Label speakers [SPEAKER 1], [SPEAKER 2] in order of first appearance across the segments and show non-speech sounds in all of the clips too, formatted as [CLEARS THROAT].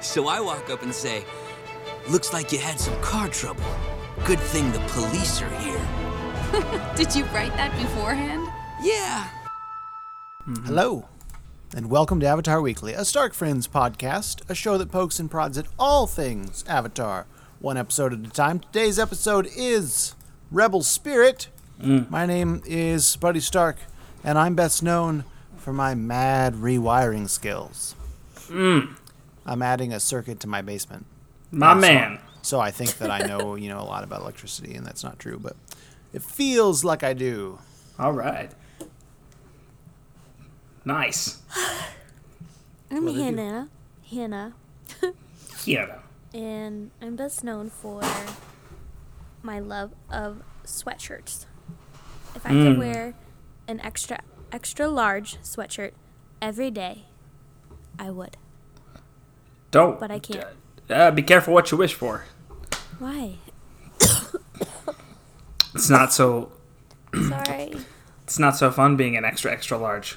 [SPEAKER 1] So I walk up and say, Looks like you had some car trouble. Good thing the police are here.
[SPEAKER 2] Did you write that beforehand?
[SPEAKER 1] Yeah.
[SPEAKER 3] Hello, and welcome to Avatar Weekly, a Stark Friends podcast, a show that pokes and prods at all things Avatar, one episode at a time. Today's episode is Rebel Spirit. My name is Buddy Stark, and I'm best known for my mad rewiring skills. I'm adding a circuit to my basement.
[SPEAKER 4] My man.
[SPEAKER 3] So I think that I know, you know, a lot about electricity, and that's not true, but it feels like I do.
[SPEAKER 4] All right. Nice.
[SPEAKER 5] I'm Hannah. Hannah.
[SPEAKER 4] Kiera.
[SPEAKER 5] And I'm best known for my love of sweatshirts. If I
[SPEAKER 4] Hmm.
[SPEAKER 5] could wear an extra extra large sweatshirt every day, I would.
[SPEAKER 4] Don't.
[SPEAKER 5] But I can't.
[SPEAKER 4] Uh, be careful what you wish for.
[SPEAKER 5] Why?
[SPEAKER 4] [COUGHS] It's not so.
[SPEAKER 5] Sorry.
[SPEAKER 4] It's not so fun being an extra extra large.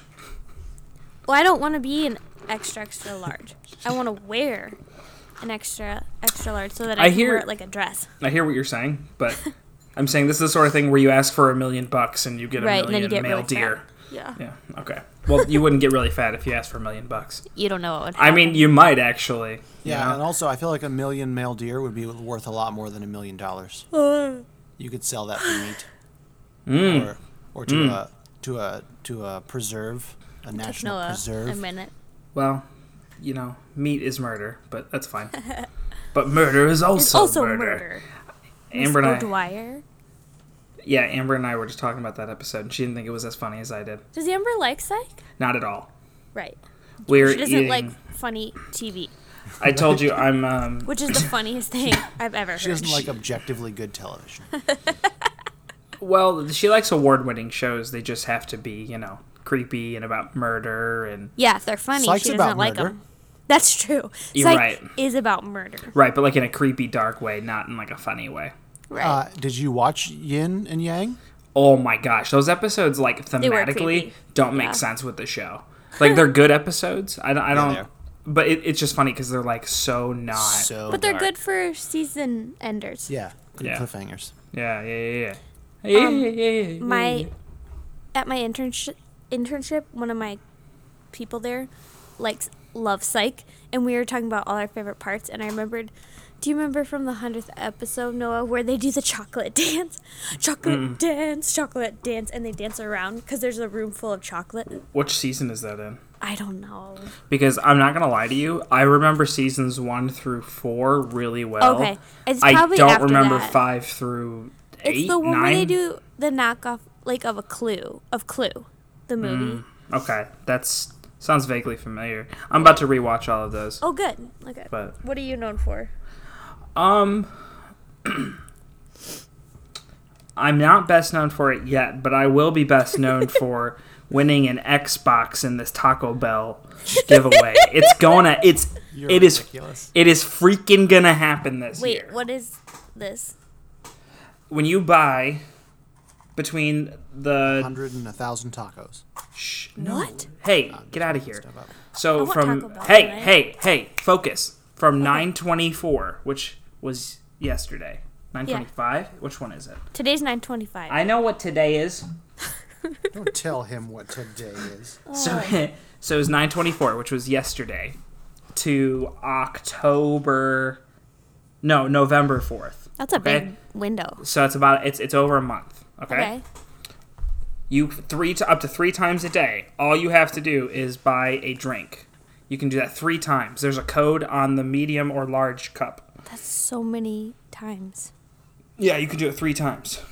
[SPEAKER 5] Well, I don't want to be an extra extra large. I want to wear an extra extra large so that I,
[SPEAKER 4] I
[SPEAKER 5] can
[SPEAKER 4] hear-
[SPEAKER 5] wear it like a dress.
[SPEAKER 4] I hear what you're saying,
[SPEAKER 5] [LAUGHS]
[SPEAKER 4] but I'm saying this is the sort of thing where you ask for a million bucks and you get a
[SPEAKER 5] Right, and then
[SPEAKER 4] million
[SPEAKER 5] you get
[SPEAKER 4] male
[SPEAKER 5] really
[SPEAKER 4] deer.
[SPEAKER 5] fat. Yeah.
[SPEAKER 4] Yeah. Okay. Well, you wouldn't get really fat if you asked for a million bucks.
[SPEAKER 5] You don't know what would
[SPEAKER 4] I mean, you might actually.
[SPEAKER 3] Yeah,
[SPEAKER 4] Yeah.
[SPEAKER 3] and also I feel like a million male deer would be worth a lot more than a million
[SPEAKER 5] [SIGHS]
[SPEAKER 3] dollars. You could sell that for meat,
[SPEAKER 4] Mm.
[SPEAKER 3] or, or to a to a to a preserve, a national
[SPEAKER 5] Noah, a
[SPEAKER 3] preserve.
[SPEAKER 5] minute.
[SPEAKER 4] Well, you know, meat is murder, but that's fine. but murder is also,
[SPEAKER 5] It's also
[SPEAKER 4] murder.
[SPEAKER 5] murder.
[SPEAKER 4] Amber and I.
[SPEAKER 5] O'Dwyer.
[SPEAKER 4] Yeah, Amber and I were just talking about that episode, and she didn't think it was as funny as I did.
[SPEAKER 5] Does Amber like psych?
[SPEAKER 4] Not at all.
[SPEAKER 5] Right.
[SPEAKER 4] We're
[SPEAKER 5] She doesn't
[SPEAKER 4] eating.
[SPEAKER 5] like funny TV,
[SPEAKER 4] I told you I'm.
[SPEAKER 5] [LAUGHS]
[SPEAKER 4] Um,
[SPEAKER 5] which is
[SPEAKER 3] [LAUGHS]
[SPEAKER 5] the funniest thing I've ever heard.
[SPEAKER 3] She doesn't like objectively good television.
[SPEAKER 4] well, she likes award-winning shows. They just have to be, you know, creepy and about murder and
[SPEAKER 5] yeah, if they're funny.
[SPEAKER 3] Psych's
[SPEAKER 5] she doesn't
[SPEAKER 3] about
[SPEAKER 5] like
[SPEAKER 3] murder.
[SPEAKER 5] them. That's true.
[SPEAKER 4] You're
[SPEAKER 5] psych
[SPEAKER 4] right.
[SPEAKER 5] is about murder.
[SPEAKER 4] right, but like in a creepy, dark way, not in like a funny way.
[SPEAKER 5] [LAUGHS] Right.
[SPEAKER 3] Uh, did you watch Yin and Yang?
[SPEAKER 4] Oh my gosh, those episodes like
[SPEAKER 5] were
[SPEAKER 4] thematically
[SPEAKER 5] creepy.
[SPEAKER 4] don't make
[SPEAKER 5] Yeah.
[SPEAKER 4] sense with the show. Like they're good episodes. I, don't- I don't.
[SPEAKER 3] they are.
[SPEAKER 4] but it, it's just funny because they're like so not.
[SPEAKER 3] So
[SPEAKER 5] but they're
[SPEAKER 3] dark.
[SPEAKER 5] good for season enders.
[SPEAKER 3] Oh, Yeah, good
[SPEAKER 4] Yeah.
[SPEAKER 3] cliffhangers.
[SPEAKER 4] yeah, yeah, yeah, yeah. Yeah, yeah, yeah, yeah, yeah.
[SPEAKER 5] Um, My
[SPEAKER 3] Mm-hmm.
[SPEAKER 5] at my internship internship, one of my people there likes love psych and we were talking about all our favorite parts and I remembered do you remember from the 100th episode Noah where they do the chocolate [LAUGHS] dance? Chocolate
[SPEAKER 4] Mm.
[SPEAKER 5] dance, chocolate dance and they dance around cuz there's a room full of chocolate.
[SPEAKER 4] Which season is that in?
[SPEAKER 5] I don't know.
[SPEAKER 4] because I'm not gonna lie to you, I remember seasons one through four really well.
[SPEAKER 5] Okay. It's
[SPEAKER 4] I
[SPEAKER 5] probably
[SPEAKER 4] don't
[SPEAKER 5] after
[SPEAKER 4] remember
[SPEAKER 5] that.
[SPEAKER 4] five through eight,
[SPEAKER 5] It's the one
[SPEAKER 4] nine.
[SPEAKER 5] where they do the knockoff like of a clue, of Clue, the
[SPEAKER 4] Hmm.
[SPEAKER 5] movie.
[SPEAKER 4] Okay, that's sounds vaguely familiar. I'm about to rewatch all of those.
[SPEAKER 5] Oh good. Okay.
[SPEAKER 4] But
[SPEAKER 5] What are you known for?
[SPEAKER 4] um, [CLEARS THROAT] I'm not best known for it yet, but I will be best
[SPEAKER 5] [LAUGHS]
[SPEAKER 4] known for winning an Xbox in this Taco Bell giveaway. it's gonna. It's.
[SPEAKER 3] You're
[SPEAKER 4] it is.
[SPEAKER 3] ridiculous.
[SPEAKER 4] It is freaking gonna happen this
[SPEAKER 5] Wait,
[SPEAKER 4] year.
[SPEAKER 5] what is this?
[SPEAKER 4] when you buy between the
[SPEAKER 3] Hundred and a thousand tacos.
[SPEAKER 4] Shh, no.
[SPEAKER 5] What?
[SPEAKER 4] Hey, get out of here.
[SPEAKER 3] Step up.
[SPEAKER 4] So
[SPEAKER 5] want
[SPEAKER 4] from
[SPEAKER 5] Taco Bell,
[SPEAKER 4] hey,
[SPEAKER 5] right?
[SPEAKER 4] hey, hey, focus. From 924, which was yesterday. 925? Which one is it?
[SPEAKER 5] Today's 925.
[SPEAKER 4] I know what today is.
[SPEAKER 5] [LAUGHS]
[SPEAKER 3] Don't tell him what today is.
[SPEAKER 5] Oh.
[SPEAKER 4] So [LAUGHS] so it was 924, which was yesterday to October No, November 4th.
[SPEAKER 5] That's a
[SPEAKER 4] Okay.
[SPEAKER 5] big window.
[SPEAKER 4] So it's about it's it's over a month,
[SPEAKER 5] Okay.
[SPEAKER 4] you three to, up to three times a day all you have to do is buy a drink you can do that three times there's a code on the medium or large cup
[SPEAKER 5] That's so many times.
[SPEAKER 4] yeah you can do it three times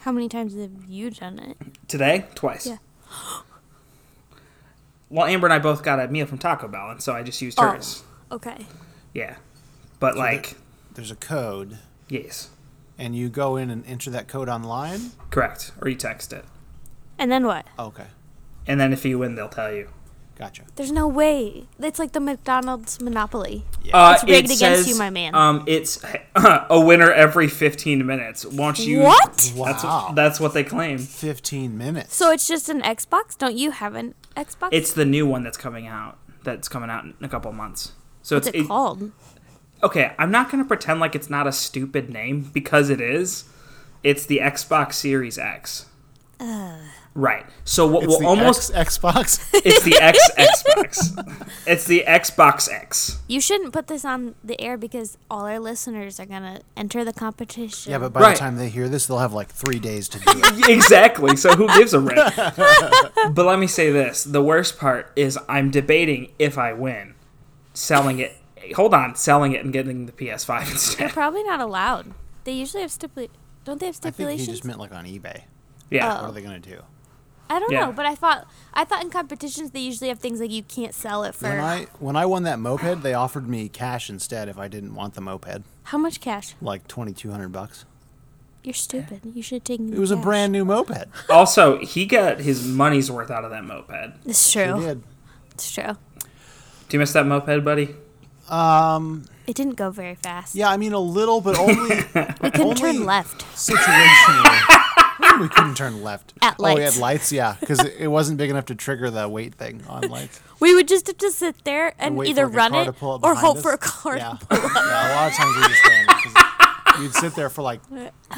[SPEAKER 5] How many times have you done it?
[SPEAKER 4] today twice
[SPEAKER 5] Yeah.
[SPEAKER 4] [GASPS] well amber and i both got a meal from taco bell and so i just used
[SPEAKER 5] Oh.
[SPEAKER 4] hers
[SPEAKER 5] Okay.
[SPEAKER 4] yeah but like
[SPEAKER 3] There's a code,
[SPEAKER 4] yes
[SPEAKER 3] and you go in and enter that code online.
[SPEAKER 4] correct or you text it
[SPEAKER 5] And then what?
[SPEAKER 3] Okay,
[SPEAKER 4] and then if you win they'll tell you
[SPEAKER 3] gotcha.
[SPEAKER 5] There's no way. It's like the McDonald's Monopoly.
[SPEAKER 4] Uh,
[SPEAKER 5] It's rigged against you, my man.
[SPEAKER 4] Um, it's [LAUGHS] a winner every 15 minutes. Once you Mm.
[SPEAKER 5] What?
[SPEAKER 4] That's
[SPEAKER 3] Wow.
[SPEAKER 4] that's what they claim.
[SPEAKER 3] Fifteen minutes.
[SPEAKER 5] So it's just an Xbox? Don't you have an Xbox?
[SPEAKER 4] It's the new one that's coming out. That's coming out in a couple months. So
[SPEAKER 5] What's
[SPEAKER 4] it's
[SPEAKER 5] it called?
[SPEAKER 4] Okay, I'm not going to pretend like it's not a stupid name because it is. It's the Xbox Series X. Right. So what
[SPEAKER 3] It's
[SPEAKER 4] will
[SPEAKER 3] the
[SPEAKER 4] almost
[SPEAKER 3] X-
[SPEAKER 5] [LAUGHS]
[SPEAKER 3] Xbox.
[SPEAKER 4] it's the X
[SPEAKER 3] [LAUGHS]
[SPEAKER 4] Xbox. It's the Xbox X.
[SPEAKER 5] You shouldn't put this on the air because all our listeners are gonna enter the competition.
[SPEAKER 3] yeah, but by
[SPEAKER 4] Right.
[SPEAKER 3] the time they hear this, they'll have like three days to do it.
[SPEAKER 4] Exactly. So who gives a
[SPEAKER 5] [LAUGHS]
[SPEAKER 4] rip? but let me say this: the worst part is I'm debating if I win, selling it. Hold on, selling it and getting the PS5 instead. [LAUGHS]
[SPEAKER 5] probably not allowed. They usually have stipula- Don't they have
[SPEAKER 3] I think he
[SPEAKER 5] stipulations?
[SPEAKER 3] just meant like on eBay.
[SPEAKER 5] Oh.
[SPEAKER 4] Yeah.
[SPEAKER 3] What are they gonna do?
[SPEAKER 5] I don't
[SPEAKER 4] Yeah.
[SPEAKER 5] know, but I thought I thought in competitions they usually have things like you can't sell it for
[SPEAKER 3] When I when I won that moped, they offered me cash instead if I didn't want the moped,
[SPEAKER 5] how much cash?
[SPEAKER 3] like twenty two hundred bucks.
[SPEAKER 5] You're stupid. You should take.
[SPEAKER 3] It was a brand new moped.
[SPEAKER 4] Also, he got his money's worth out of that moped.
[SPEAKER 5] It's
[SPEAKER 3] It
[SPEAKER 5] true.
[SPEAKER 3] did.
[SPEAKER 5] It's true.
[SPEAKER 4] Do you miss that moped, buddy?
[SPEAKER 5] It didn't go very fast.
[SPEAKER 3] Yeah, I mean a little, but
[SPEAKER 5] [LAUGHS]
[SPEAKER 3] only
[SPEAKER 5] we couldn't
[SPEAKER 3] only-
[SPEAKER 5] turn left.
[SPEAKER 3] situational. we couldn't turn left.
[SPEAKER 5] At
[SPEAKER 3] Oh, we had
[SPEAKER 5] lights.
[SPEAKER 3] lights, yeah, because it, it wasn't big enough to trigger the weight thing on lights.
[SPEAKER 5] We would just have to sit there and
[SPEAKER 3] Wait
[SPEAKER 5] either
[SPEAKER 3] for, like, a
[SPEAKER 5] run
[SPEAKER 3] car to
[SPEAKER 5] it
[SPEAKER 3] pull up
[SPEAKER 5] or
[SPEAKER 3] behind
[SPEAKER 5] hope
[SPEAKER 3] us.
[SPEAKER 5] for a car.
[SPEAKER 3] Yeah.
[SPEAKER 5] to pull-
[SPEAKER 3] [LAUGHS] yeah, a lot of times we just ran. 'cause [LAUGHS] You'd sit there for
[SPEAKER 5] [LAUGHS]
[SPEAKER 3] like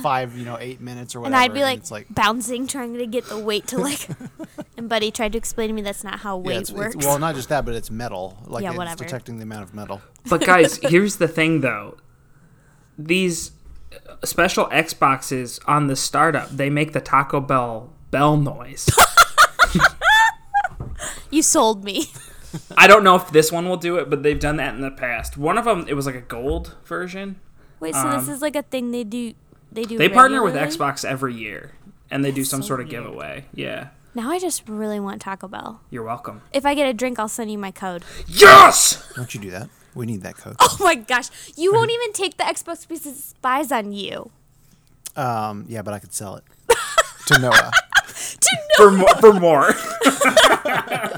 [SPEAKER 3] five, you know, eight minutes or
[SPEAKER 5] And
[SPEAKER 3] whatever.
[SPEAKER 5] I'd be like,
[SPEAKER 3] it's like
[SPEAKER 5] bouncing, trying to get the weight to like. [LAUGHS] and Buddy tried to explain to me that's not how weight
[SPEAKER 3] yeah, it's,
[SPEAKER 5] works.
[SPEAKER 3] it's, well, not just that, but it's metal. Like
[SPEAKER 5] Yeah,
[SPEAKER 3] it's
[SPEAKER 5] whatever.
[SPEAKER 3] detecting the amount of metal.
[SPEAKER 4] But guys, here's the thing though. These uh, special Xboxes on the startup, they make the Taco Bell bell noise.
[SPEAKER 5] you sold me.
[SPEAKER 4] I don't know if this one will do it, but they've done that in the past. One of them, it was like a gold version.
[SPEAKER 5] Wait, so this is like a thing they do. They do.
[SPEAKER 4] They partner with
[SPEAKER 5] regularly?
[SPEAKER 4] Xbox every year, and they do some
[SPEAKER 5] so
[SPEAKER 4] sort of
[SPEAKER 5] weird.
[SPEAKER 4] giveaway. Yeah,
[SPEAKER 5] Now I just really want Taco Bell.
[SPEAKER 4] you're welcome.
[SPEAKER 5] If I get a drink, I'll send you my code. [LAUGHS]
[SPEAKER 4] Yes.
[SPEAKER 3] Don't you do that? We need that code.
[SPEAKER 5] Oh my gosh, you won't even take the Xbox because it spies on you.
[SPEAKER 3] Um, yeah, but I could sell it to
[SPEAKER 5] [LAUGHS]
[SPEAKER 3] Noah.
[SPEAKER 4] For more. For more. [LAUGHS]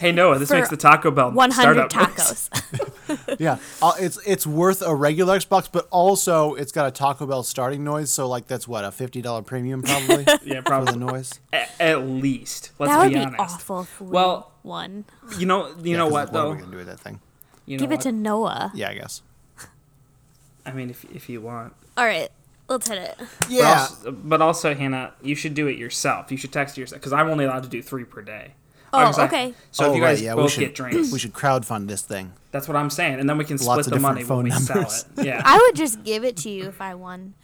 [SPEAKER 4] hey Noah, this
[SPEAKER 5] For
[SPEAKER 4] makes the Taco Bell
[SPEAKER 5] 100
[SPEAKER 4] startup [LAUGHS] noise.
[SPEAKER 5] tacos.
[SPEAKER 3] Yeah, uh, it's it's worth a regular Xbox, but also it's got a Taco Bell starting noise. So like that's what a fifty dollar premium
[SPEAKER 5] [LAUGHS]
[SPEAKER 3] probably
[SPEAKER 4] Yeah,
[SPEAKER 3] for the [LAUGHS]
[SPEAKER 4] probably.
[SPEAKER 3] noise.
[SPEAKER 4] A- at least. Let's
[SPEAKER 5] that would
[SPEAKER 4] be
[SPEAKER 5] be
[SPEAKER 4] honest.
[SPEAKER 5] awful. If we
[SPEAKER 4] Well,
[SPEAKER 5] won.
[SPEAKER 4] You know, you know
[SPEAKER 3] 'cause
[SPEAKER 4] what
[SPEAKER 3] What are
[SPEAKER 4] though.
[SPEAKER 3] we gonna do with that thing?
[SPEAKER 4] You know
[SPEAKER 5] Give it
[SPEAKER 4] what?
[SPEAKER 5] to Noah.
[SPEAKER 3] Yeah, I guess.
[SPEAKER 4] I mean, if if you want.
[SPEAKER 5] All right, let's hit it.
[SPEAKER 4] But
[SPEAKER 3] Yeah,
[SPEAKER 4] also, but also, Hannah, you should do it yourself. You should text yourself because I'm only allowed to do three per day.
[SPEAKER 5] Oh,
[SPEAKER 4] Obviously, I-
[SPEAKER 5] okay.
[SPEAKER 4] So if
[SPEAKER 3] Oh,
[SPEAKER 4] you
[SPEAKER 3] right,
[SPEAKER 4] guys
[SPEAKER 3] yeah, we
[SPEAKER 4] both
[SPEAKER 3] should-
[SPEAKER 4] get
[SPEAKER 3] [CLEARS THROAT]
[SPEAKER 4] drinks,
[SPEAKER 3] we should crowdfund this thing.
[SPEAKER 4] that's what I'm saying, and then we can
[SPEAKER 3] Lots
[SPEAKER 4] split
[SPEAKER 3] of
[SPEAKER 4] the money
[SPEAKER 3] different
[SPEAKER 4] when we
[SPEAKER 3] phone numbers.
[SPEAKER 4] sell it.
[SPEAKER 5] [LAUGHS]
[SPEAKER 4] Yeah.
[SPEAKER 5] I would just give it to you if I won.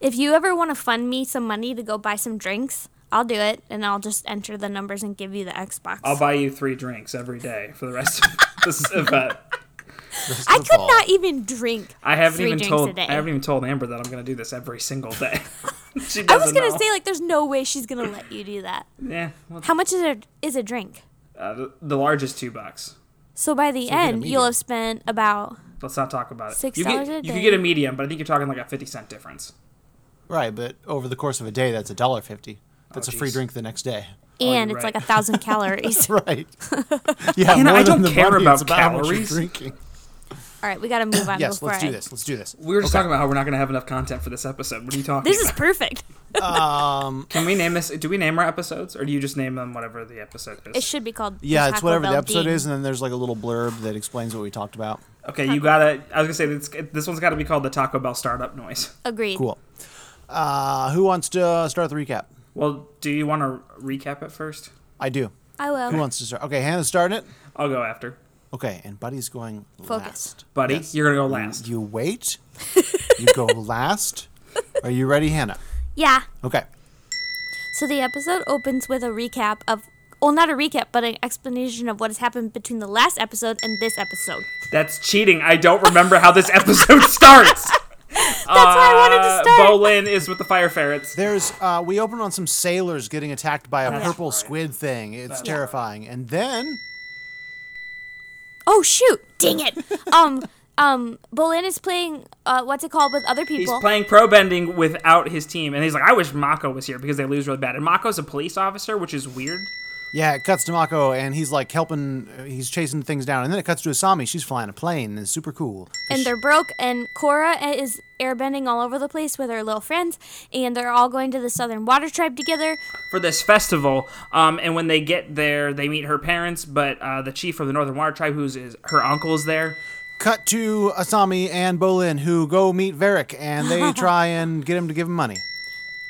[SPEAKER 5] If you ever want to fund me some money to go buy some drinks, I'll do it, and I'll just enter the numbers and give you the Xbox.
[SPEAKER 4] I'll buy you three drinks every day for the rest of [LAUGHS] this event.
[SPEAKER 5] I could not even drink.
[SPEAKER 4] I haven't
[SPEAKER 5] three
[SPEAKER 4] even
[SPEAKER 5] drinks a
[SPEAKER 4] told
[SPEAKER 5] day.
[SPEAKER 4] I haven't even told Amber that I'm going to do this every single
[SPEAKER 5] [LAUGHS]
[SPEAKER 4] day. [LAUGHS] she doesn't
[SPEAKER 5] I was gonna
[SPEAKER 4] know.
[SPEAKER 5] say like, there's no way she's gonna let you do that.
[SPEAKER 4] yeah, well,
[SPEAKER 5] How much is a is a drink?
[SPEAKER 4] uh, the- the largest two bucks.
[SPEAKER 5] So by the end,
[SPEAKER 3] medium.
[SPEAKER 5] you'll have spent about
[SPEAKER 4] Let's not talk about it.
[SPEAKER 5] Six
[SPEAKER 4] you get,
[SPEAKER 5] dollars a
[SPEAKER 4] You could
[SPEAKER 5] day.
[SPEAKER 4] get a medium, but I think you're talking like a fifty cent difference.
[SPEAKER 3] Right, but over the course of a day, that's a dollar fifty. That's a free
[SPEAKER 4] Oh, jeez.
[SPEAKER 3] drink the next
[SPEAKER 5] [LAUGHS]
[SPEAKER 3] day. [LAUGHS]
[SPEAKER 5] and
[SPEAKER 4] you're
[SPEAKER 5] it's
[SPEAKER 4] right.
[SPEAKER 5] like
[SPEAKER 4] [LAUGHS]
[SPEAKER 5] a thousand calories. All
[SPEAKER 3] Right. Yeah,
[SPEAKER 4] Hannah,
[SPEAKER 3] more
[SPEAKER 4] I
[SPEAKER 3] than
[SPEAKER 4] don't
[SPEAKER 3] the
[SPEAKER 4] care
[SPEAKER 3] money,
[SPEAKER 4] about
[SPEAKER 3] it's about how much you're
[SPEAKER 4] calories.
[SPEAKER 5] [LAUGHS]
[SPEAKER 3] drinking.
[SPEAKER 5] right, we gotta move on.
[SPEAKER 3] Yes,
[SPEAKER 5] before
[SPEAKER 3] let's do
[SPEAKER 5] I-
[SPEAKER 3] this. Let's do this.
[SPEAKER 4] We were just talking about how we're not going to have enough content for this episode. What are you talking
[SPEAKER 5] This is
[SPEAKER 4] about?
[SPEAKER 5] perfect.
[SPEAKER 4] Can we name this? Do we name our episodes, or do you just name them whatever the episode
[SPEAKER 5] It
[SPEAKER 4] is?
[SPEAKER 5] should be called.
[SPEAKER 3] Yeah, it's
[SPEAKER 5] Taco
[SPEAKER 3] whatever the
[SPEAKER 5] Bell
[SPEAKER 3] episode
[SPEAKER 5] Ding.
[SPEAKER 3] is, and then there's like a little blurb that explains what we talked about.
[SPEAKER 4] Okay, you gotta. I was gonna say this. This one's got to be called the Taco Bell startup noise.
[SPEAKER 5] Agreed.
[SPEAKER 3] Cool. Uh, who wants to uh, start the recap?
[SPEAKER 4] Well, do you want to recap it first?
[SPEAKER 3] I do.
[SPEAKER 5] I
[SPEAKER 3] Who
[SPEAKER 5] will.
[SPEAKER 3] wants to start? Okay, Hannah's starting it.
[SPEAKER 4] I'll go after.
[SPEAKER 3] Okay, and Buddy's going
[SPEAKER 5] Focus.
[SPEAKER 3] last.
[SPEAKER 4] Buddy,
[SPEAKER 3] Yes.
[SPEAKER 4] you're gonna go last.
[SPEAKER 3] You
[SPEAKER 5] [LAUGHS]
[SPEAKER 3] wait. you go last. Are you ready, Hannah?
[SPEAKER 5] Yeah.
[SPEAKER 3] Okay.
[SPEAKER 5] So the episode opens with a recap of, well, not a recap, but an explanation of what has happened between the last episode and this episode.
[SPEAKER 4] That's cheating. I don't remember how this episode [LAUGHS] starts. That's
[SPEAKER 5] why I wanted to start.
[SPEAKER 4] Bolin is with the fire ferrets.
[SPEAKER 3] There's uh, we open on some sailors getting attacked by a purple
[SPEAKER 4] right.
[SPEAKER 3] squid thing. It's
[SPEAKER 4] That's
[SPEAKER 3] terrifying. And then
[SPEAKER 5] Oh shoot!
[SPEAKER 4] [LAUGHS]
[SPEAKER 5] Dang it. um. Um. Bolin is playing. Uh. What's it called with other people?
[SPEAKER 4] He's playing pro bending without his team, and he's like, "I wish Mako was here because they lose really bad." And Mako's a police officer, which is weird.
[SPEAKER 3] Yeah, it cuts to Mako, and he's like helping. uh, He's chasing things down, and then it cuts to Asami. She's flying a plane, and it's super cool.
[SPEAKER 5] and they're broke and Cora is airbending all over the place with her little friends and they're all going to the Southern Water Tribe together.
[SPEAKER 4] for this festival. Um, and when they get there, they meet her parents, but uh, the chief of the Northern Water Tribe, who's is, her uncle, is there.
[SPEAKER 3] Cut to Asami and Bolin, who go meet Varric, and
[SPEAKER 4] [LAUGHS]
[SPEAKER 3] they try and get him to give him money.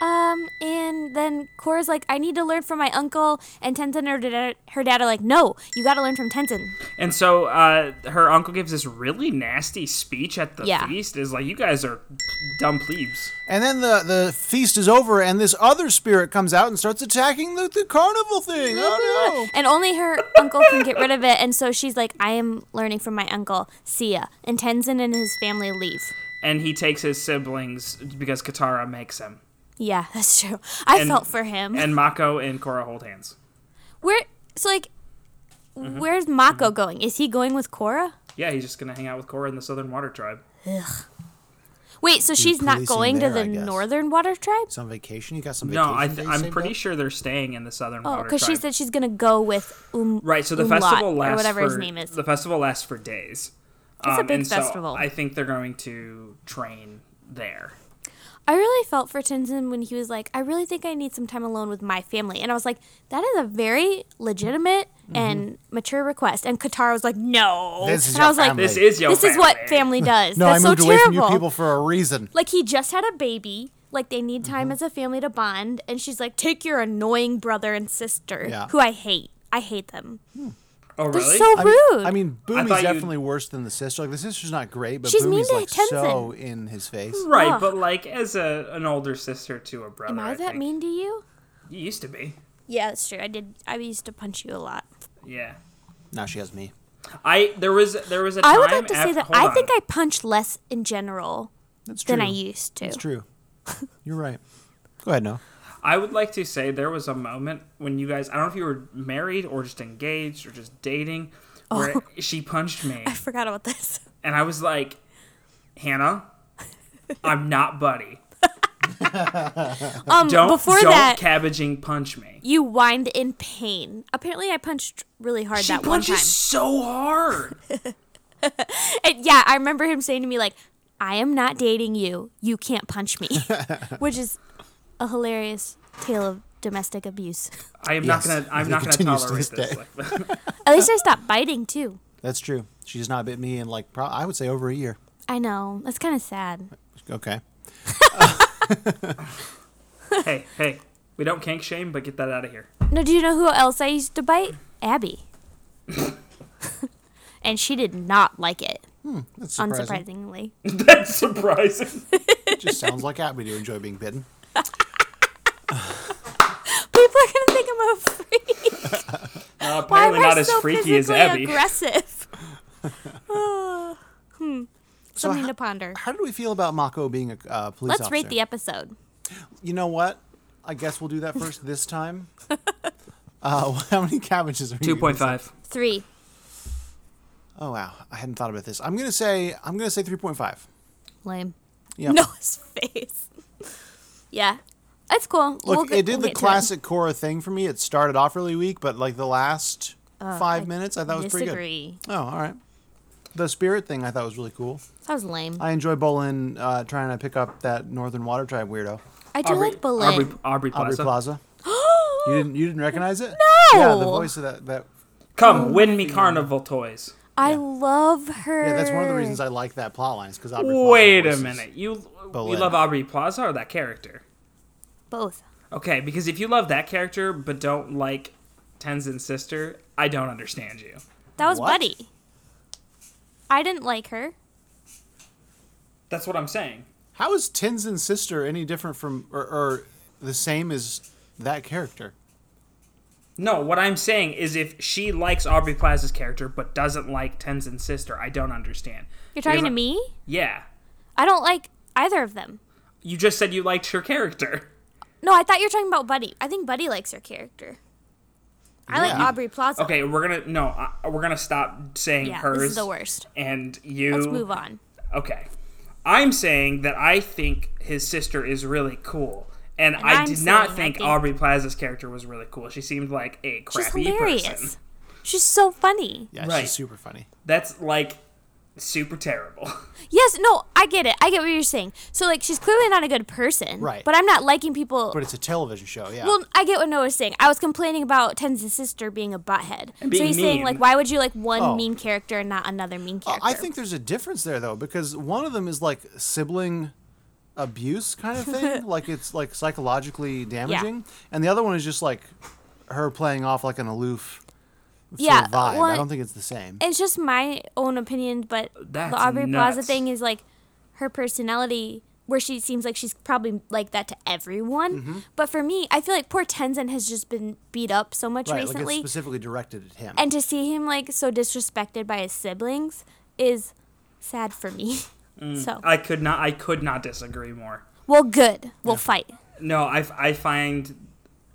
[SPEAKER 5] Um and then Cora's like I need to learn from my uncle and Tenzin and her dad, her dad are like no, you got to learn from Tenzin.
[SPEAKER 4] And so uh, her uncle gives this really nasty speech at the
[SPEAKER 5] Yeah.
[SPEAKER 4] feast. Is like, you guys are dumb plebes.
[SPEAKER 3] And then the, the feast is over, and this other spirit comes out and starts attacking the, the carnival
[SPEAKER 5] [LAUGHS]
[SPEAKER 3] thing. Oh no!
[SPEAKER 5] And only her uncle can get rid of it and so she's like I am learning from my uncle. See ya. And Tenzin and his family leave.
[SPEAKER 4] And he takes his siblings because Katara makes him.
[SPEAKER 5] Yeah, [LAUGHS] that's true. I
[SPEAKER 4] And-
[SPEAKER 5] felt for him.
[SPEAKER 4] And Mako and Korra hold hands.
[SPEAKER 5] Where so like
[SPEAKER 4] Mm-hmm.
[SPEAKER 5] where's Mako going? Is he going with Cora?
[SPEAKER 4] Yeah, he's just gonna hang out with Korra and the Southern Water Tribe.
[SPEAKER 5] Wait, so she's not
[SPEAKER 3] policing
[SPEAKER 5] going
[SPEAKER 3] there,
[SPEAKER 5] to
[SPEAKER 3] I
[SPEAKER 5] the
[SPEAKER 3] guess.
[SPEAKER 5] northern water tribe?
[SPEAKER 3] It's on vacation. You got some vacation.
[SPEAKER 4] No, I
[SPEAKER 3] days
[SPEAKER 4] th- I'm
[SPEAKER 3] saved
[SPEAKER 4] pretty
[SPEAKER 3] up?
[SPEAKER 4] sure they're staying in the Southern
[SPEAKER 5] Oh,
[SPEAKER 4] Water Tribe.
[SPEAKER 5] because she said she's gonna go with um.
[SPEAKER 4] Right, so the
[SPEAKER 5] Umlaut,
[SPEAKER 4] festival
[SPEAKER 5] or
[SPEAKER 4] lasts
[SPEAKER 5] whatever
[SPEAKER 4] for,
[SPEAKER 5] his name is.
[SPEAKER 4] The festival lasts for days. Um,
[SPEAKER 5] It's a big
[SPEAKER 4] and so
[SPEAKER 5] festival.
[SPEAKER 4] I think they're going to train there.
[SPEAKER 5] I really felt for Tenzin when he was like, "I really think I need some time alone with my family," and I was like, "That is a very legitimate and mature request." And Katara was like, "No,"
[SPEAKER 3] Mm-hmm. This is
[SPEAKER 5] and I
[SPEAKER 3] your
[SPEAKER 5] was like,
[SPEAKER 3] family.
[SPEAKER 4] This is your
[SPEAKER 5] "This is what
[SPEAKER 3] [LAUGHS]
[SPEAKER 5] family does.
[SPEAKER 3] No,
[SPEAKER 5] That's
[SPEAKER 3] I moved
[SPEAKER 5] so
[SPEAKER 3] away
[SPEAKER 5] terrible."
[SPEAKER 3] from you people for a reason.
[SPEAKER 5] Like he just had a baby. Like they need
[SPEAKER 3] Mm-hmm.
[SPEAKER 5] time as a family to bond, and she's like, "Take your annoying brother and sister,
[SPEAKER 3] Yeah.
[SPEAKER 5] who I hate. I hate them.
[SPEAKER 4] Oh,
[SPEAKER 5] They're
[SPEAKER 4] really?
[SPEAKER 5] so
[SPEAKER 3] I mean,
[SPEAKER 5] rude."
[SPEAKER 3] I mean, Boomy's
[SPEAKER 4] thought you-
[SPEAKER 3] definitely worse than the sister. Like the sister's not great, but
[SPEAKER 5] She's mean
[SPEAKER 3] Boomy's
[SPEAKER 5] to
[SPEAKER 3] like
[SPEAKER 5] Tenzin.
[SPEAKER 3] so in his face.
[SPEAKER 4] right,
[SPEAKER 5] Ugh.
[SPEAKER 4] but like as a an older sister to a brother.
[SPEAKER 5] Am I,
[SPEAKER 4] I
[SPEAKER 5] that
[SPEAKER 4] think.
[SPEAKER 5] mean to you?
[SPEAKER 4] You used to be.
[SPEAKER 5] Yeah, that's true. I did. I used to punch you a lot.
[SPEAKER 4] Yeah.
[SPEAKER 3] Now she has me.
[SPEAKER 4] I there was there was a time
[SPEAKER 5] I would like to say
[SPEAKER 4] af-
[SPEAKER 5] that
[SPEAKER 4] hold
[SPEAKER 5] I
[SPEAKER 4] on.
[SPEAKER 5] think I punch less in general
[SPEAKER 3] That's true.
[SPEAKER 5] than I used to.
[SPEAKER 3] It's true. You're right. Go ahead, no.
[SPEAKER 4] I would like to say there was a moment when you guys I don't know if you were married or just engaged or just dating where she punched me.
[SPEAKER 5] [LAUGHS] Oh. [LAUGHS] I forgot about this.
[SPEAKER 4] And I was like, Hannah, I'm not
[SPEAKER 5] [LAUGHS]
[SPEAKER 4] Buddy.
[SPEAKER 5] Um,
[SPEAKER 4] Don't,
[SPEAKER 5] before
[SPEAKER 4] don't
[SPEAKER 5] that,
[SPEAKER 4] cabbaging punch me.
[SPEAKER 5] you whined in pain. Apparently, I punched really hard
[SPEAKER 4] She
[SPEAKER 5] that one time.
[SPEAKER 4] punches so hard.
[SPEAKER 5] And yeah, I remember him saying to me like, "I am not dating you. You can't punch me," which is a hilarious tale of domestic abuse.
[SPEAKER 4] I am
[SPEAKER 3] Yes,
[SPEAKER 4] not gonna. I'm
[SPEAKER 3] it
[SPEAKER 4] not gonna
[SPEAKER 3] continues to this
[SPEAKER 4] tolerate this.
[SPEAKER 3] day.
[SPEAKER 4] Like,
[SPEAKER 5] At least I stopped biting too.
[SPEAKER 3] That's true. She's not bit me in like pro- I would say over a year.
[SPEAKER 5] I know that's kind of sad.
[SPEAKER 3] Okay.
[SPEAKER 4] [LAUGHS] hey, hey, we don't kink shame, but get that out
[SPEAKER 3] [LAUGHS]
[SPEAKER 4] of here.
[SPEAKER 5] No, do you know who else I used to bite? Abby. and she did not like it,
[SPEAKER 3] That's surprising.
[SPEAKER 5] unsurprisingly. [LAUGHS]
[SPEAKER 4] That's surprising.
[SPEAKER 3] It just sounds like Abby to enjoy being bitten.
[SPEAKER 5] People are gonna think I'm a freak.
[SPEAKER 4] [LAUGHS] Uh,
[SPEAKER 5] Why
[SPEAKER 4] apparently
[SPEAKER 5] am
[SPEAKER 4] not
[SPEAKER 5] I
[SPEAKER 4] as
[SPEAKER 5] so
[SPEAKER 4] freaky as
[SPEAKER 5] physically
[SPEAKER 4] Abby. [LAUGHS]
[SPEAKER 5] aggressive? Oh, hmm.
[SPEAKER 3] So
[SPEAKER 5] Something
[SPEAKER 3] ho-
[SPEAKER 5] to ponder.
[SPEAKER 3] How did we feel about Mako being a uh, police
[SPEAKER 5] Let's
[SPEAKER 3] officer?
[SPEAKER 5] rate the episode.
[SPEAKER 3] You know what? I guess we'll do that first this
[SPEAKER 5] [LAUGHS]
[SPEAKER 3] time. Uh, [LAUGHS] how many cabbages are you
[SPEAKER 4] Two point five.
[SPEAKER 5] Three.
[SPEAKER 3] Oh wow, I hadn't thought about this. I'm gonna say I'm gonna say 3.5.
[SPEAKER 5] [LAUGHS] Lame.
[SPEAKER 3] Yeah.
[SPEAKER 5] No, his face. [LAUGHS] yeah. That's cool.
[SPEAKER 3] Look,
[SPEAKER 5] We'll get-
[SPEAKER 3] it did
[SPEAKER 5] we'll
[SPEAKER 3] the
[SPEAKER 5] get to
[SPEAKER 3] classic Cora thing for me. It started off really weak, but like the last five
[SPEAKER 5] Oh, I
[SPEAKER 3] minutes, I thought was pretty good.
[SPEAKER 5] Disagree.
[SPEAKER 3] Oh, all right. The spirit thing I thought was really cool.
[SPEAKER 5] That was lame. I,
[SPEAKER 3] I enjoy Bolin uh, trying to pick up that Northern Water Tribe weirdo,
[SPEAKER 5] do like Belen. [GASPS]
[SPEAKER 4] Aubrey, Aubrey Plaza.
[SPEAKER 3] Aubrey Plaza. You didn't you didn't recognize it?
[SPEAKER 5] No!
[SPEAKER 3] Yeah, the voice of that that
[SPEAKER 4] Come, win me carnival toys.
[SPEAKER 5] I love her.
[SPEAKER 3] yeah, that's one of the reasons I like that plot line is because Aubrey. Plaza
[SPEAKER 4] Wait a
[SPEAKER 3] voices-
[SPEAKER 4] minute. You
[SPEAKER 3] Belen.
[SPEAKER 4] you love Aubrey Plaza or that character?
[SPEAKER 5] Both.
[SPEAKER 4] Okay, because if you love that character but don't like Tenzin's sister, I don't understand you.
[SPEAKER 5] That was
[SPEAKER 3] What?
[SPEAKER 5] Buddy. I didn't like her.
[SPEAKER 4] That's what I'm saying.
[SPEAKER 3] How is Tenzin's sister any different from or, or the same as that character?
[SPEAKER 4] No, what I'm saying is if she likes Aubrey Plaza's character but doesn't like Tenzin's sister, I don't understand.
[SPEAKER 5] You're talking
[SPEAKER 4] Because
[SPEAKER 5] to
[SPEAKER 4] I-
[SPEAKER 5] me?
[SPEAKER 4] Yeah.
[SPEAKER 5] I don't like either of them.
[SPEAKER 4] You just said you liked her character.
[SPEAKER 5] No, I thought you were talking about Buddy. I think Buddy likes her character. I like
[SPEAKER 3] Yeah.
[SPEAKER 5] Aubrey Plaza.
[SPEAKER 4] Okay, we're gonna no, I, we're gonna stop saying
[SPEAKER 5] Yeah,
[SPEAKER 4] hers.
[SPEAKER 5] this is the worst.
[SPEAKER 4] And you.
[SPEAKER 5] Let's move on.
[SPEAKER 4] Okay, I'm saying that I think his sister is really cool, And,
[SPEAKER 5] And
[SPEAKER 4] I
[SPEAKER 5] I'm
[SPEAKER 4] did
[SPEAKER 5] saying
[SPEAKER 4] not
[SPEAKER 5] I
[SPEAKER 4] think,
[SPEAKER 5] think-
[SPEAKER 4] Aubrey Plaza's character was really cool. She seemed like a
[SPEAKER 5] She's
[SPEAKER 4] crappy
[SPEAKER 5] hilarious.
[SPEAKER 4] person.
[SPEAKER 5] She's so funny.
[SPEAKER 3] Yeah,
[SPEAKER 4] Right.
[SPEAKER 3] she's super funny.
[SPEAKER 4] That's like super terrible. [LAUGHS]
[SPEAKER 5] Yes, no, I get it. I get what you're saying. So like she's clearly not a good person.
[SPEAKER 3] Right.
[SPEAKER 5] But I'm not liking people
[SPEAKER 3] But it's a television show, yeah.
[SPEAKER 5] Well, I get what Noah's saying. I was complaining about Tenzin's sister being a butthead.
[SPEAKER 4] being
[SPEAKER 5] so he's saying,
[SPEAKER 4] mean.
[SPEAKER 5] like, why would you like one
[SPEAKER 3] Oh.
[SPEAKER 5] mean character and not another mean
[SPEAKER 3] Uh,
[SPEAKER 5] character?
[SPEAKER 3] I think there's a difference there though, because one of them is like sibling abuse kind
[SPEAKER 5] [LAUGHS]
[SPEAKER 3] of thing, like it's like psychologically damaging, and the other one is just like her playing off like an aloof
[SPEAKER 5] Yeah,
[SPEAKER 3] sort of vibe.
[SPEAKER 5] well,
[SPEAKER 3] I don't think it's the same.
[SPEAKER 5] it's just my own opinion, but
[SPEAKER 4] That's
[SPEAKER 5] the Aubrey Plaza
[SPEAKER 4] nuts.
[SPEAKER 5] thing is like her personality, where she seems like she's probably like that to everyone.
[SPEAKER 4] Mm-hmm.
[SPEAKER 5] But for me, I feel like poor Tenzin has just been beat up so much
[SPEAKER 3] right, like
[SPEAKER 5] recently,
[SPEAKER 3] it's specifically directed at him.
[SPEAKER 5] and to see him like so disrespected by his siblings is sad for me. [LAUGHS] So
[SPEAKER 4] I could not. I could not disagree more.
[SPEAKER 5] well, good. We'll fight.
[SPEAKER 4] No, I, I find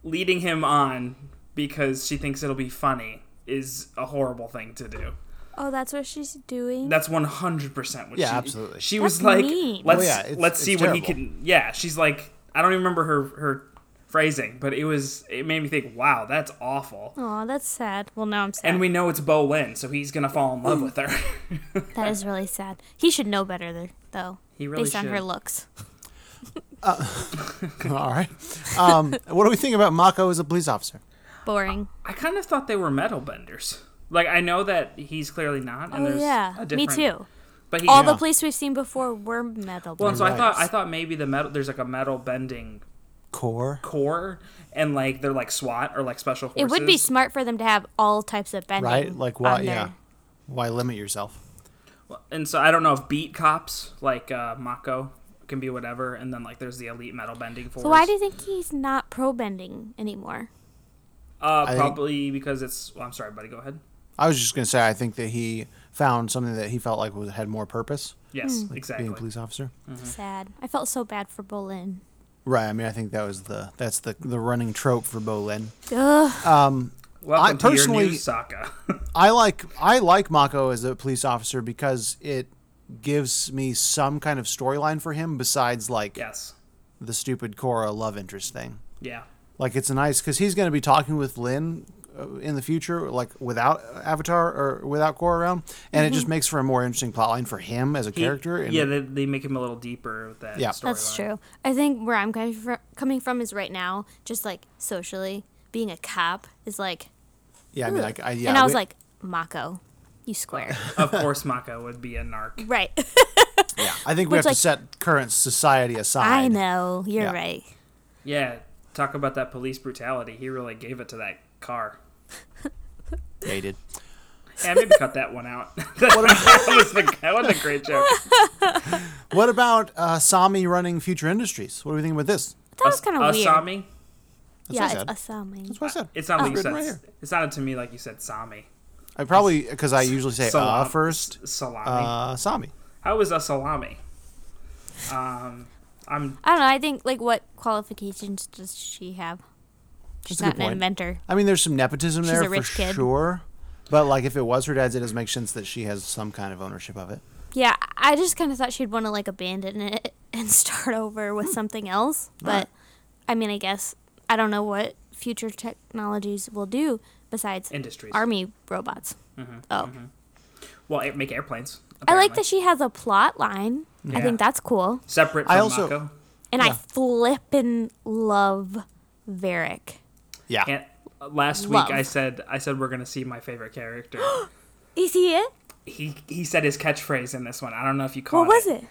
[SPEAKER 4] leading him on because she thinks it'll be funny is a horrible thing to do.
[SPEAKER 5] Oh, that's what she's doing.
[SPEAKER 4] That's one hundred percent what
[SPEAKER 3] Yeah,
[SPEAKER 4] she.
[SPEAKER 3] absolutely.
[SPEAKER 4] She was
[SPEAKER 5] That's
[SPEAKER 4] like,
[SPEAKER 5] mean.
[SPEAKER 4] let's
[SPEAKER 3] Well, yeah, it's-
[SPEAKER 4] let's
[SPEAKER 3] it's
[SPEAKER 4] see what he
[SPEAKER 3] terrible.
[SPEAKER 4] can. Yeah, she's like, I don't even remember her her phrasing, but it was it made me think, wow, that's awful.
[SPEAKER 5] Oh, that's sad. Well, now I'm sad.
[SPEAKER 4] And we know it's Bolin, so he's gonna fall in love with her. [LAUGHS]
[SPEAKER 5] That is really sad. He should know better, th- though.
[SPEAKER 4] He really
[SPEAKER 5] based on her
[SPEAKER 4] should.
[SPEAKER 5] looks.
[SPEAKER 3] [LAUGHS] All right. Um, what do we think about Mako as a police officer?
[SPEAKER 5] Boring.
[SPEAKER 4] I kind of thought they were metal benders. Like I know that he's clearly not. And
[SPEAKER 5] Oh
[SPEAKER 4] there's
[SPEAKER 5] yeah,
[SPEAKER 4] a
[SPEAKER 5] me
[SPEAKER 4] different-
[SPEAKER 5] too.
[SPEAKER 4] But he,
[SPEAKER 5] All the
[SPEAKER 3] Yeah.
[SPEAKER 5] police we've seen before were metal.
[SPEAKER 4] well, and so I
[SPEAKER 3] Right.
[SPEAKER 4] thought I thought maybe the metal there's like a metal bending
[SPEAKER 3] Core.
[SPEAKER 4] core and like they're like SWAT or like special
[SPEAKER 5] it
[SPEAKER 4] forces.
[SPEAKER 5] would be smart for them to have all types of bending.
[SPEAKER 3] Right? Like why
[SPEAKER 5] on
[SPEAKER 3] yeah.
[SPEAKER 5] their-
[SPEAKER 3] Why limit yourself?
[SPEAKER 4] And so I don't know if beat cops like uh, Mako can be whatever, and then like there's the elite metal bending force.
[SPEAKER 5] So why do you think he's not pro bending anymore?
[SPEAKER 4] uh,
[SPEAKER 3] think-
[SPEAKER 4] probably because it's. Well, I'm sorry, buddy. Go ahead.
[SPEAKER 5] Hmm.
[SPEAKER 3] I was just gonna say I think that he found something that he felt like was, had more purpose
[SPEAKER 4] Yes,
[SPEAKER 3] being a
[SPEAKER 4] exactly.
[SPEAKER 3] police officer.
[SPEAKER 4] Mm-hmm.
[SPEAKER 5] Sad. I felt so bad for Bolin.
[SPEAKER 3] Right. I mean, I think that was the that's the the running trope for Bolin.
[SPEAKER 5] Ugh.
[SPEAKER 4] Welcome
[SPEAKER 3] I personally-
[SPEAKER 4] to your new Sokka. [LAUGHS]
[SPEAKER 3] I like I like Mako as a police officer because it gives me some kind of storyline for him besides like
[SPEAKER 4] yes.
[SPEAKER 3] the stupid Korra love interest thing.
[SPEAKER 4] Yeah.
[SPEAKER 3] Like it's a nice because he's going to be talking with Lin uh, in the future, like without Avatar or without Korra around, and it just
[SPEAKER 5] Mm-hmm.
[SPEAKER 3] makes for a more interesting plotline for him as a
[SPEAKER 4] He-
[SPEAKER 3] character. And
[SPEAKER 4] yeah, they, they make him a little deeper with that.
[SPEAKER 3] Yeah.
[SPEAKER 5] That's
[SPEAKER 4] storyline.
[SPEAKER 5] true. I think where I'm coming from, coming from is right now, just like socially, being a cop is like.
[SPEAKER 3] yeah. I mean,
[SPEAKER 5] ugh.
[SPEAKER 3] like I, yeah,
[SPEAKER 5] and I was
[SPEAKER 3] we-
[SPEAKER 5] like, Mako, you square.
[SPEAKER 4] [LAUGHS]
[SPEAKER 5] [LAUGHS]
[SPEAKER 3] [LAUGHS]
[SPEAKER 4] Of course, Mako would be a narc.
[SPEAKER 5] right.
[SPEAKER 3] I think we
[SPEAKER 5] which,
[SPEAKER 3] have to
[SPEAKER 5] like-
[SPEAKER 3] set current society aside.
[SPEAKER 5] I know. You're
[SPEAKER 3] Yeah.
[SPEAKER 5] right.
[SPEAKER 4] Yeah. Talk about that police brutality. He really gave it to that car.
[SPEAKER 3] They did.
[SPEAKER 4] Yeah, maybe cut that one out. [LAUGHS] that, was a, that was a
[SPEAKER 5] [LAUGHS]
[SPEAKER 4] great joke.
[SPEAKER 3] What about uh, Sami running Future Industries? What do we think about this?
[SPEAKER 5] That was kind of weird.
[SPEAKER 4] Asami?
[SPEAKER 3] what I
[SPEAKER 5] yeah,
[SPEAKER 3] said.
[SPEAKER 5] it's Asami.
[SPEAKER 3] That's what I said.
[SPEAKER 4] Uh, It's not what you
[SPEAKER 3] written
[SPEAKER 4] said.
[SPEAKER 3] right here.
[SPEAKER 4] it sounded to me like you said Sami.
[SPEAKER 3] I probably because I usually say uh,
[SPEAKER 4] Salam-
[SPEAKER 3] first.
[SPEAKER 4] Salami.
[SPEAKER 3] Uh, Sami.
[SPEAKER 4] How is a salami? Um, I'm
[SPEAKER 5] I don't know. I think like what qualifications does she have? She's
[SPEAKER 3] That's a
[SPEAKER 5] not
[SPEAKER 3] good
[SPEAKER 5] an
[SPEAKER 3] point.
[SPEAKER 5] inventor.
[SPEAKER 3] I mean, there's some nepotism
[SPEAKER 5] She's
[SPEAKER 3] there
[SPEAKER 5] a rich
[SPEAKER 3] for
[SPEAKER 5] kid.
[SPEAKER 3] sure. But like, if it was her dad's, it does make sense that she has some kind of ownership of it.
[SPEAKER 5] Yeah, I just kind of thought she'd want to like abandon it [LAUGHS] and start over
[SPEAKER 4] Hmm.
[SPEAKER 5] with something else. But I mean, I guess I don't know what future technologies will do besides
[SPEAKER 4] industries.
[SPEAKER 5] army robots.
[SPEAKER 4] Mm-hmm,
[SPEAKER 5] oh,
[SPEAKER 4] well, I make airplanes.
[SPEAKER 5] I like
[SPEAKER 4] apparently.
[SPEAKER 5] that she has a plot line. I
[SPEAKER 4] Yeah.
[SPEAKER 5] think that's cool,
[SPEAKER 4] Separate from
[SPEAKER 3] I also-
[SPEAKER 4] Mako.
[SPEAKER 5] and I flippin' love Varric.
[SPEAKER 3] Yeah.
[SPEAKER 4] And uh, last
[SPEAKER 5] Love.
[SPEAKER 4] week I said I said we're gonna see my favorite
[SPEAKER 5] [GASPS]
[SPEAKER 4] character.
[SPEAKER 5] Is he it?
[SPEAKER 4] he he said his catchphrase in this one. I don't know if you caught
[SPEAKER 5] What was
[SPEAKER 4] it.
[SPEAKER 5] it?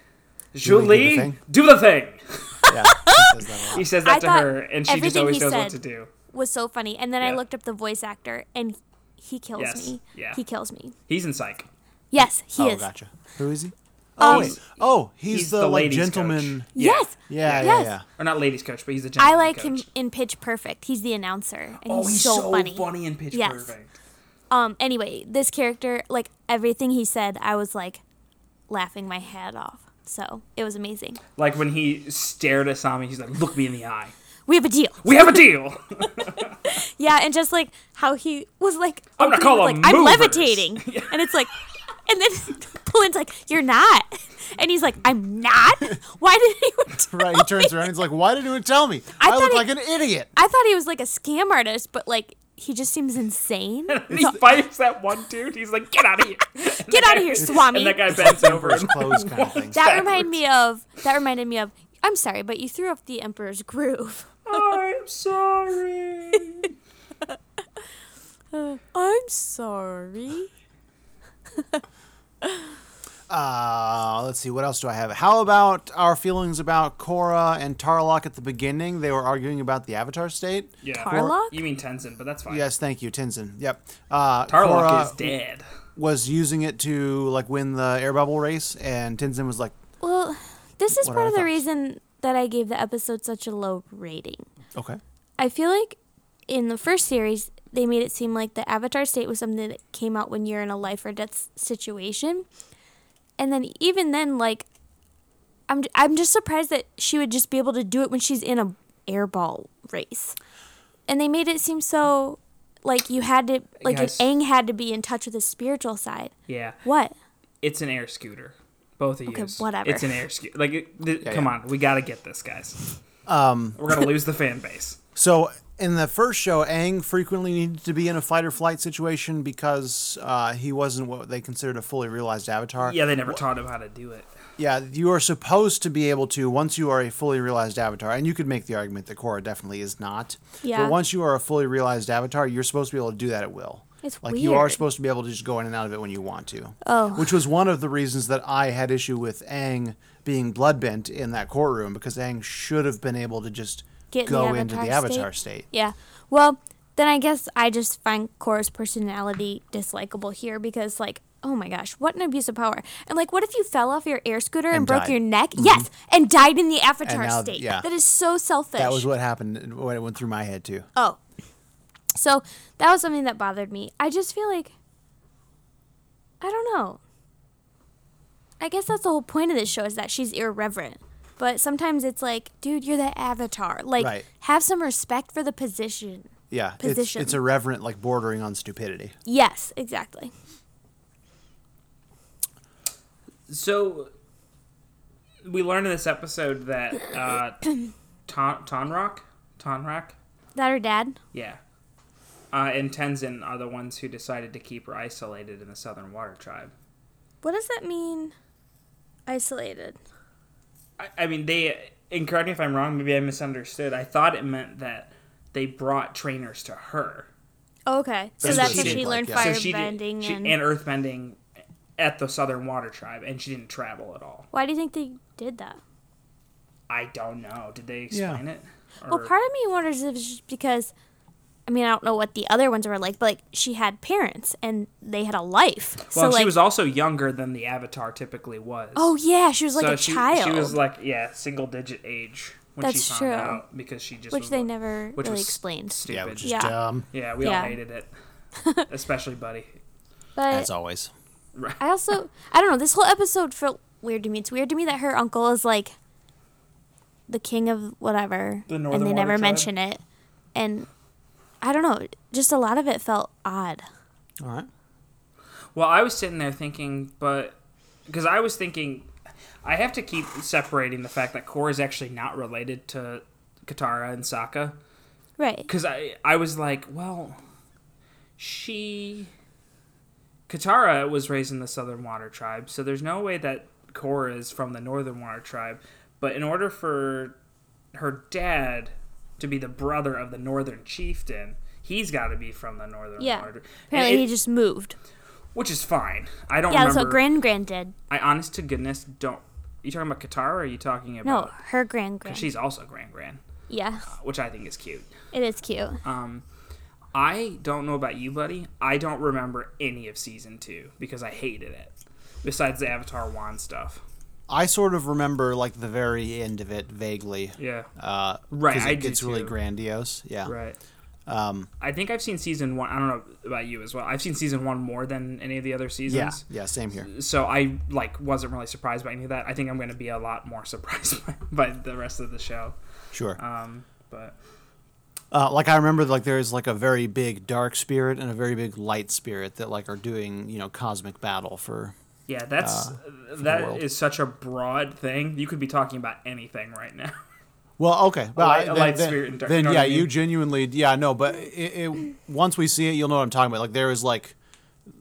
[SPEAKER 4] Julie,
[SPEAKER 3] Julie, do the thing?
[SPEAKER 4] do the thing.
[SPEAKER 3] yeah. She says that a lot.
[SPEAKER 4] He says
[SPEAKER 5] I
[SPEAKER 4] that to
[SPEAKER 5] thought
[SPEAKER 4] her, and she just
[SPEAKER 5] everything
[SPEAKER 4] always
[SPEAKER 5] he
[SPEAKER 4] knows what
[SPEAKER 5] said-
[SPEAKER 4] to do.
[SPEAKER 5] was so funny. And then I
[SPEAKER 4] Yeah.
[SPEAKER 5] looked up the voice actor, and he kills
[SPEAKER 4] Yes,
[SPEAKER 5] me.
[SPEAKER 4] yeah.
[SPEAKER 5] He kills me.
[SPEAKER 4] He's in Psych.
[SPEAKER 5] Yes, [LAUGHS] he
[SPEAKER 3] Oh,
[SPEAKER 5] is.
[SPEAKER 3] gotcha. Who is he?
[SPEAKER 5] Oh,
[SPEAKER 4] He's-
[SPEAKER 3] Oh, he's,
[SPEAKER 4] He's
[SPEAKER 3] the,
[SPEAKER 4] the
[SPEAKER 3] like
[SPEAKER 4] ladies'
[SPEAKER 3] gentleman.
[SPEAKER 4] coach. Yeah.
[SPEAKER 5] yes.
[SPEAKER 3] Yeah,
[SPEAKER 5] Yes.
[SPEAKER 3] yeah,
[SPEAKER 4] or not ladies coach, but he's the
[SPEAKER 5] I
[SPEAKER 4] gentleman
[SPEAKER 5] like
[SPEAKER 4] coach.
[SPEAKER 5] him in Pitch Perfect. He's the announcer, and
[SPEAKER 4] Oh,
[SPEAKER 5] he's, so, funny.
[SPEAKER 4] in Pitch
[SPEAKER 5] Yes.
[SPEAKER 4] Perfect.
[SPEAKER 5] Um. Anyway, this character, like everything he said, I was like laughing my head off. So it was amazing.
[SPEAKER 4] Like when he stared at Sami, he's like, "Look me in the eye.
[SPEAKER 5] We have a deal.
[SPEAKER 4] We have a deal."
[SPEAKER 5] Yeah, and just like how he was like,
[SPEAKER 4] I'm gonna
[SPEAKER 5] opening
[SPEAKER 4] call
[SPEAKER 5] with,
[SPEAKER 4] them
[SPEAKER 5] like I'm
[SPEAKER 4] movers.
[SPEAKER 5] levitating, and it's like, And then [LAUGHS] Poland's like, "You're not," [LAUGHS] and he's like, "I'm not. Why did anyone?"
[SPEAKER 3] [LAUGHS]
[SPEAKER 5] Tell
[SPEAKER 3] Right, he turns
[SPEAKER 5] me?"
[SPEAKER 3] around. He's like, "Why didn't you tell me?
[SPEAKER 5] [LAUGHS] I
[SPEAKER 3] I, look
[SPEAKER 5] thought
[SPEAKER 3] like
[SPEAKER 5] he-
[SPEAKER 3] an idiot."
[SPEAKER 5] I thought he was like a scam artist, but like he just seems insane.
[SPEAKER 4] And he fights that one dude. He's like, "Get out of here!
[SPEAKER 5] [LAUGHS] Get out of here, Swami.
[SPEAKER 4] And that guy bends
[SPEAKER 3] [LAUGHS]
[SPEAKER 4] over.
[SPEAKER 3] First
[SPEAKER 4] And
[SPEAKER 3] clothes kind of thing.
[SPEAKER 5] That reminded me of. That reminded me of. I'm sorry, but you threw up the Emperor's Groove.
[SPEAKER 4] I'm sorry.
[SPEAKER 5] [LAUGHS] I'm sorry.
[SPEAKER 3] Uh, let's see, what else do I have? How about our feelings about Korra and Tarlok at the beginning? They were arguing about the Avatar state.
[SPEAKER 4] Yeah.
[SPEAKER 5] Tarlok?
[SPEAKER 4] You mean Tenzin, but that's fine.
[SPEAKER 3] Yes, thank you, Tenzin. Yep. Uh,
[SPEAKER 4] Tarlok
[SPEAKER 3] Korra
[SPEAKER 4] is dead.
[SPEAKER 3] was using it to like win the air bubble race, and Tenzin was like,
[SPEAKER 5] Well, this is
[SPEAKER 3] What are
[SPEAKER 5] part
[SPEAKER 3] our
[SPEAKER 5] of the
[SPEAKER 3] thoughts?
[SPEAKER 5] reason that I gave the episode such a low rating.
[SPEAKER 3] "Okay,
[SPEAKER 5] I feel like in the first series, they made it seem like the avatar state was something that came out when you're in a life or death s- situation. And then even then, like, I'm, I'm just surprised that she would just be able to do it when she's in a airball race. And they made it seem so like you had to like
[SPEAKER 4] Guys.
[SPEAKER 5] Aang had to be in touch with his spiritual side.
[SPEAKER 4] Yeah.
[SPEAKER 5] What?
[SPEAKER 4] It's an air scooter. Both of you.
[SPEAKER 5] whatever.
[SPEAKER 4] It's an air scooter. Like, it, th- come
[SPEAKER 3] yeah.
[SPEAKER 4] on, we gotta get this, guys. Um,
[SPEAKER 3] [LAUGHS]
[SPEAKER 4] we're gonna lose the fan base.
[SPEAKER 3] So in the first show, Aang frequently needed to be in a fight or flight situation because uh, he wasn't what they considered a fully realized avatar.
[SPEAKER 4] Yeah, they never taught him how to do it.
[SPEAKER 3] Yeah, you are supposed to be able to once you are a fully realized avatar, and you could make the argument that Korra definitely is not.
[SPEAKER 5] Yeah.
[SPEAKER 3] But once you are a fully realized avatar, you're supposed to be able to do that at will.
[SPEAKER 5] It's
[SPEAKER 3] like you are
[SPEAKER 5] weird.
[SPEAKER 3] supposed to be able to just go in and out of it when you want to. Oh. Which was one of the reasons that I had issue with Aang being bloodbent in that courtroom because Aang should have been able to just
[SPEAKER 5] Get in the
[SPEAKER 3] go into the
[SPEAKER 5] avatar
[SPEAKER 3] avatar state.
[SPEAKER 5] state? Yeah. Well, then I guess I just find Cora's personality dislikable here because, like, oh my gosh, what an abuse of power! And like, what if you fell off your air scooter and,
[SPEAKER 3] And
[SPEAKER 5] broke
[SPEAKER 3] died. Mm-hmm.
[SPEAKER 5] your neck? Yes, and died in the avatar
[SPEAKER 3] now-
[SPEAKER 5] state.
[SPEAKER 3] yeah.
[SPEAKER 5] That is so selfish.
[SPEAKER 3] That was what happened when it went through my head too.
[SPEAKER 5] oh, so that was something that bothered me. I just feel like I don't know. I guess that's the whole point of this show is that she's irreverent. But sometimes it's like, dude, you're the avatar. Like,
[SPEAKER 3] Right.
[SPEAKER 5] have some respect for the position.
[SPEAKER 3] Yeah, it's,
[SPEAKER 5] Position.
[SPEAKER 3] it's irreverent, like bordering on stupidity.
[SPEAKER 5] Yes, exactly.
[SPEAKER 4] So, we learned in this episode that uh,
[SPEAKER 5] [COUGHS]
[SPEAKER 4] Ton Tonrock, Tonrock,
[SPEAKER 5] That her dad?
[SPEAKER 4] Yeah. Uh, and Tenzin are the ones who decided to keep her isolated in the Southern Water Tribe.
[SPEAKER 5] What does that mean? Isolated.
[SPEAKER 4] I, I mean, they, and correct me if I'm wrong, maybe I misunderstood. I thought it meant that they brought trainers to her.
[SPEAKER 5] Oh, Okay, so
[SPEAKER 3] That's what
[SPEAKER 5] that's how
[SPEAKER 3] it
[SPEAKER 5] she
[SPEAKER 3] seemed
[SPEAKER 5] learned
[SPEAKER 3] like, yeah.
[SPEAKER 5] fire
[SPEAKER 4] she did-
[SPEAKER 5] bending
[SPEAKER 4] she-
[SPEAKER 5] and,
[SPEAKER 4] and earthbending at the Southern Water Tribe, and she didn't travel at all.
[SPEAKER 5] Why do you think they did that?
[SPEAKER 4] I don't know. Did they explain it? Or,
[SPEAKER 5] Well, part of me wonders if it's just because, I mean, I don't know what the other ones were like, but like she had parents and they had a life.
[SPEAKER 4] well,
[SPEAKER 5] so
[SPEAKER 4] and
[SPEAKER 5] like,
[SPEAKER 4] she was also younger than the Avatar typically was.
[SPEAKER 5] oh yeah, she was like
[SPEAKER 4] So
[SPEAKER 5] a
[SPEAKER 4] she,
[SPEAKER 5] child.
[SPEAKER 4] She was like, yeah, single digit age when
[SPEAKER 5] That's
[SPEAKER 4] she found
[SPEAKER 5] true.
[SPEAKER 4] out because she just
[SPEAKER 5] Which
[SPEAKER 4] was
[SPEAKER 5] they
[SPEAKER 4] like-
[SPEAKER 5] never really
[SPEAKER 4] was
[SPEAKER 5] explained.
[SPEAKER 4] Stupid.
[SPEAKER 3] Yeah, which is
[SPEAKER 5] Yeah.
[SPEAKER 3] dumb,
[SPEAKER 4] Yeah, we
[SPEAKER 5] Yeah.
[SPEAKER 4] all hated it, especially Buddy.
[SPEAKER 5] but
[SPEAKER 3] as always.
[SPEAKER 5] I also I don't know. This whole episode felt weird to me. It's weird to me that her uncle is like the king of whatever,
[SPEAKER 4] The
[SPEAKER 5] and
[SPEAKER 4] Northern
[SPEAKER 5] they
[SPEAKER 4] Water
[SPEAKER 5] never
[SPEAKER 4] Tribe?
[SPEAKER 5] mention it. And I don't know. Just a lot of it felt odd.
[SPEAKER 3] All right.
[SPEAKER 4] Well, I was sitting there thinking, but because I was thinking, I have to keep separating the fact that Korra is actually not related to Katara and Sokka.
[SPEAKER 5] Right.
[SPEAKER 4] Because I, I was like, well, she, Katara was raised in the Southern Water Tribe, so there's no way that Korra is from the Northern Water Tribe. But in order for her dad to be the brother of the Northern Chieftain, he's got to be from the Northern
[SPEAKER 5] Yeah.
[SPEAKER 4] Water. and
[SPEAKER 5] Apparently,
[SPEAKER 4] it-
[SPEAKER 5] he just moved.
[SPEAKER 4] which is fine. I don't
[SPEAKER 5] Yeah, that's
[SPEAKER 4] remember.
[SPEAKER 5] what Grand Grand did.
[SPEAKER 4] I honest to goodness don't. you talking about Katara? Or are you talking
[SPEAKER 5] No,
[SPEAKER 4] about?
[SPEAKER 5] her Grand Grand.
[SPEAKER 4] She's also Grand Grand,
[SPEAKER 5] yeah,
[SPEAKER 4] which I think is cute.
[SPEAKER 5] it is cute.
[SPEAKER 4] Um, I don't know about you, buddy. I don't remember any of season two because I hated it. Besides the Avatar wand stuff.
[SPEAKER 3] I sort of remember like the very end of it vaguely.
[SPEAKER 4] Yeah.
[SPEAKER 3] Uh,
[SPEAKER 4] Right,
[SPEAKER 3] 'cause It
[SPEAKER 4] I do
[SPEAKER 3] gets really
[SPEAKER 4] too.
[SPEAKER 3] grandiose. Yeah.
[SPEAKER 4] Right. Um, I think I've seen season one. I don't know about you as well. I've seen season one more than any of the other
[SPEAKER 3] Yeah.
[SPEAKER 4] seasons.
[SPEAKER 3] Yeah. Same here.
[SPEAKER 4] So I like wasn't really surprised by any of that. I think I'm going to [LAUGHS] be a lot more surprised by, by the rest of the show.
[SPEAKER 3] Sure.
[SPEAKER 4] Um, but
[SPEAKER 3] Uh, like I remember, like there is like a very big dark spirit and a very big light spirit that like are doing you know cosmic battle for.
[SPEAKER 4] Yeah, that's
[SPEAKER 3] Ah,
[SPEAKER 4] uh,
[SPEAKER 3] world.
[SPEAKER 4] that is such a broad thing. You could be talking about anything right now.
[SPEAKER 3] Well, okay, well,
[SPEAKER 4] light-
[SPEAKER 3] I-
[SPEAKER 4] a
[SPEAKER 3] then,
[SPEAKER 4] light
[SPEAKER 3] then-
[SPEAKER 4] spirit and dark-
[SPEAKER 3] then
[SPEAKER 4] you know what
[SPEAKER 3] yeah,
[SPEAKER 4] I
[SPEAKER 3] you
[SPEAKER 4] mean?
[SPEAKER 3] genuinely yeah no, but it, it, once we see it, you'll know what I'm talking about. Like there is like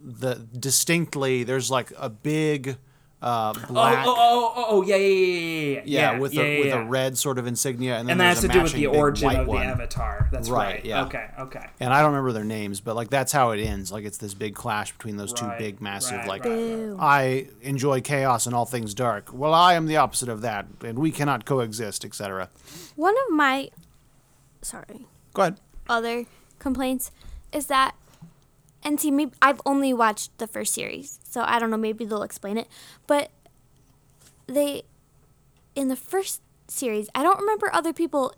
[SPEAKER 3] the distinctly there's like a big uh, black.
[SPEAKER 4] Oh, oh, oh, oh, oh, yeah, yeah, yeah, yeah,
[SPEAKER 3] Yeah, with a with
[SPEAKER 4] yeah.
[SPEAKER 3] a red sort of insignia, and then
[SPEAKER 4] And that
[SPEAKER 3] there's
[SPEAKER 4] has
[SPEAKER 3] a
[SPEAKER 4] to do with
[SPEAKER 3] matching
[SPEAKER 4] the
[SPEAKER 3] big
[SPEAKER 4] origin
[SPEAKER 3] white
[SPEAKER 4] of
[SPEAKER 3] one.
[SPEAKER 4] the avatar. That's
[SPEAKER 3] Right,
[SPEAKER 4] right.
[SPEAKER 3] yeah.
[SPEAKER 4] Okay. Okay.
[SPEAKER 3] and I don't remember their names, but like that's how it ends. Like it's this big clash between those
[SPEAKER 4] Right,
[SPEAKER 3] two big, massive.
[SPEAKER 4] right,
[SPEAKER 3] like
[SPEAKER 4] right.
[SPEAKER 5] Ew.
[SPEAKER 3] I enjoy chaos and all things dark. Well, I am the opposite of that, and we cannot coexist, etc.
[SPEAKER 5] One of my, sorry,
[SPEAKER 3] Go ahead.
[SPEAKER 5] other complaints is that, and see, maybe I've only watched the first series, so I don't know. Maybe they'll explain it, but they, in the first series, I don't remember other people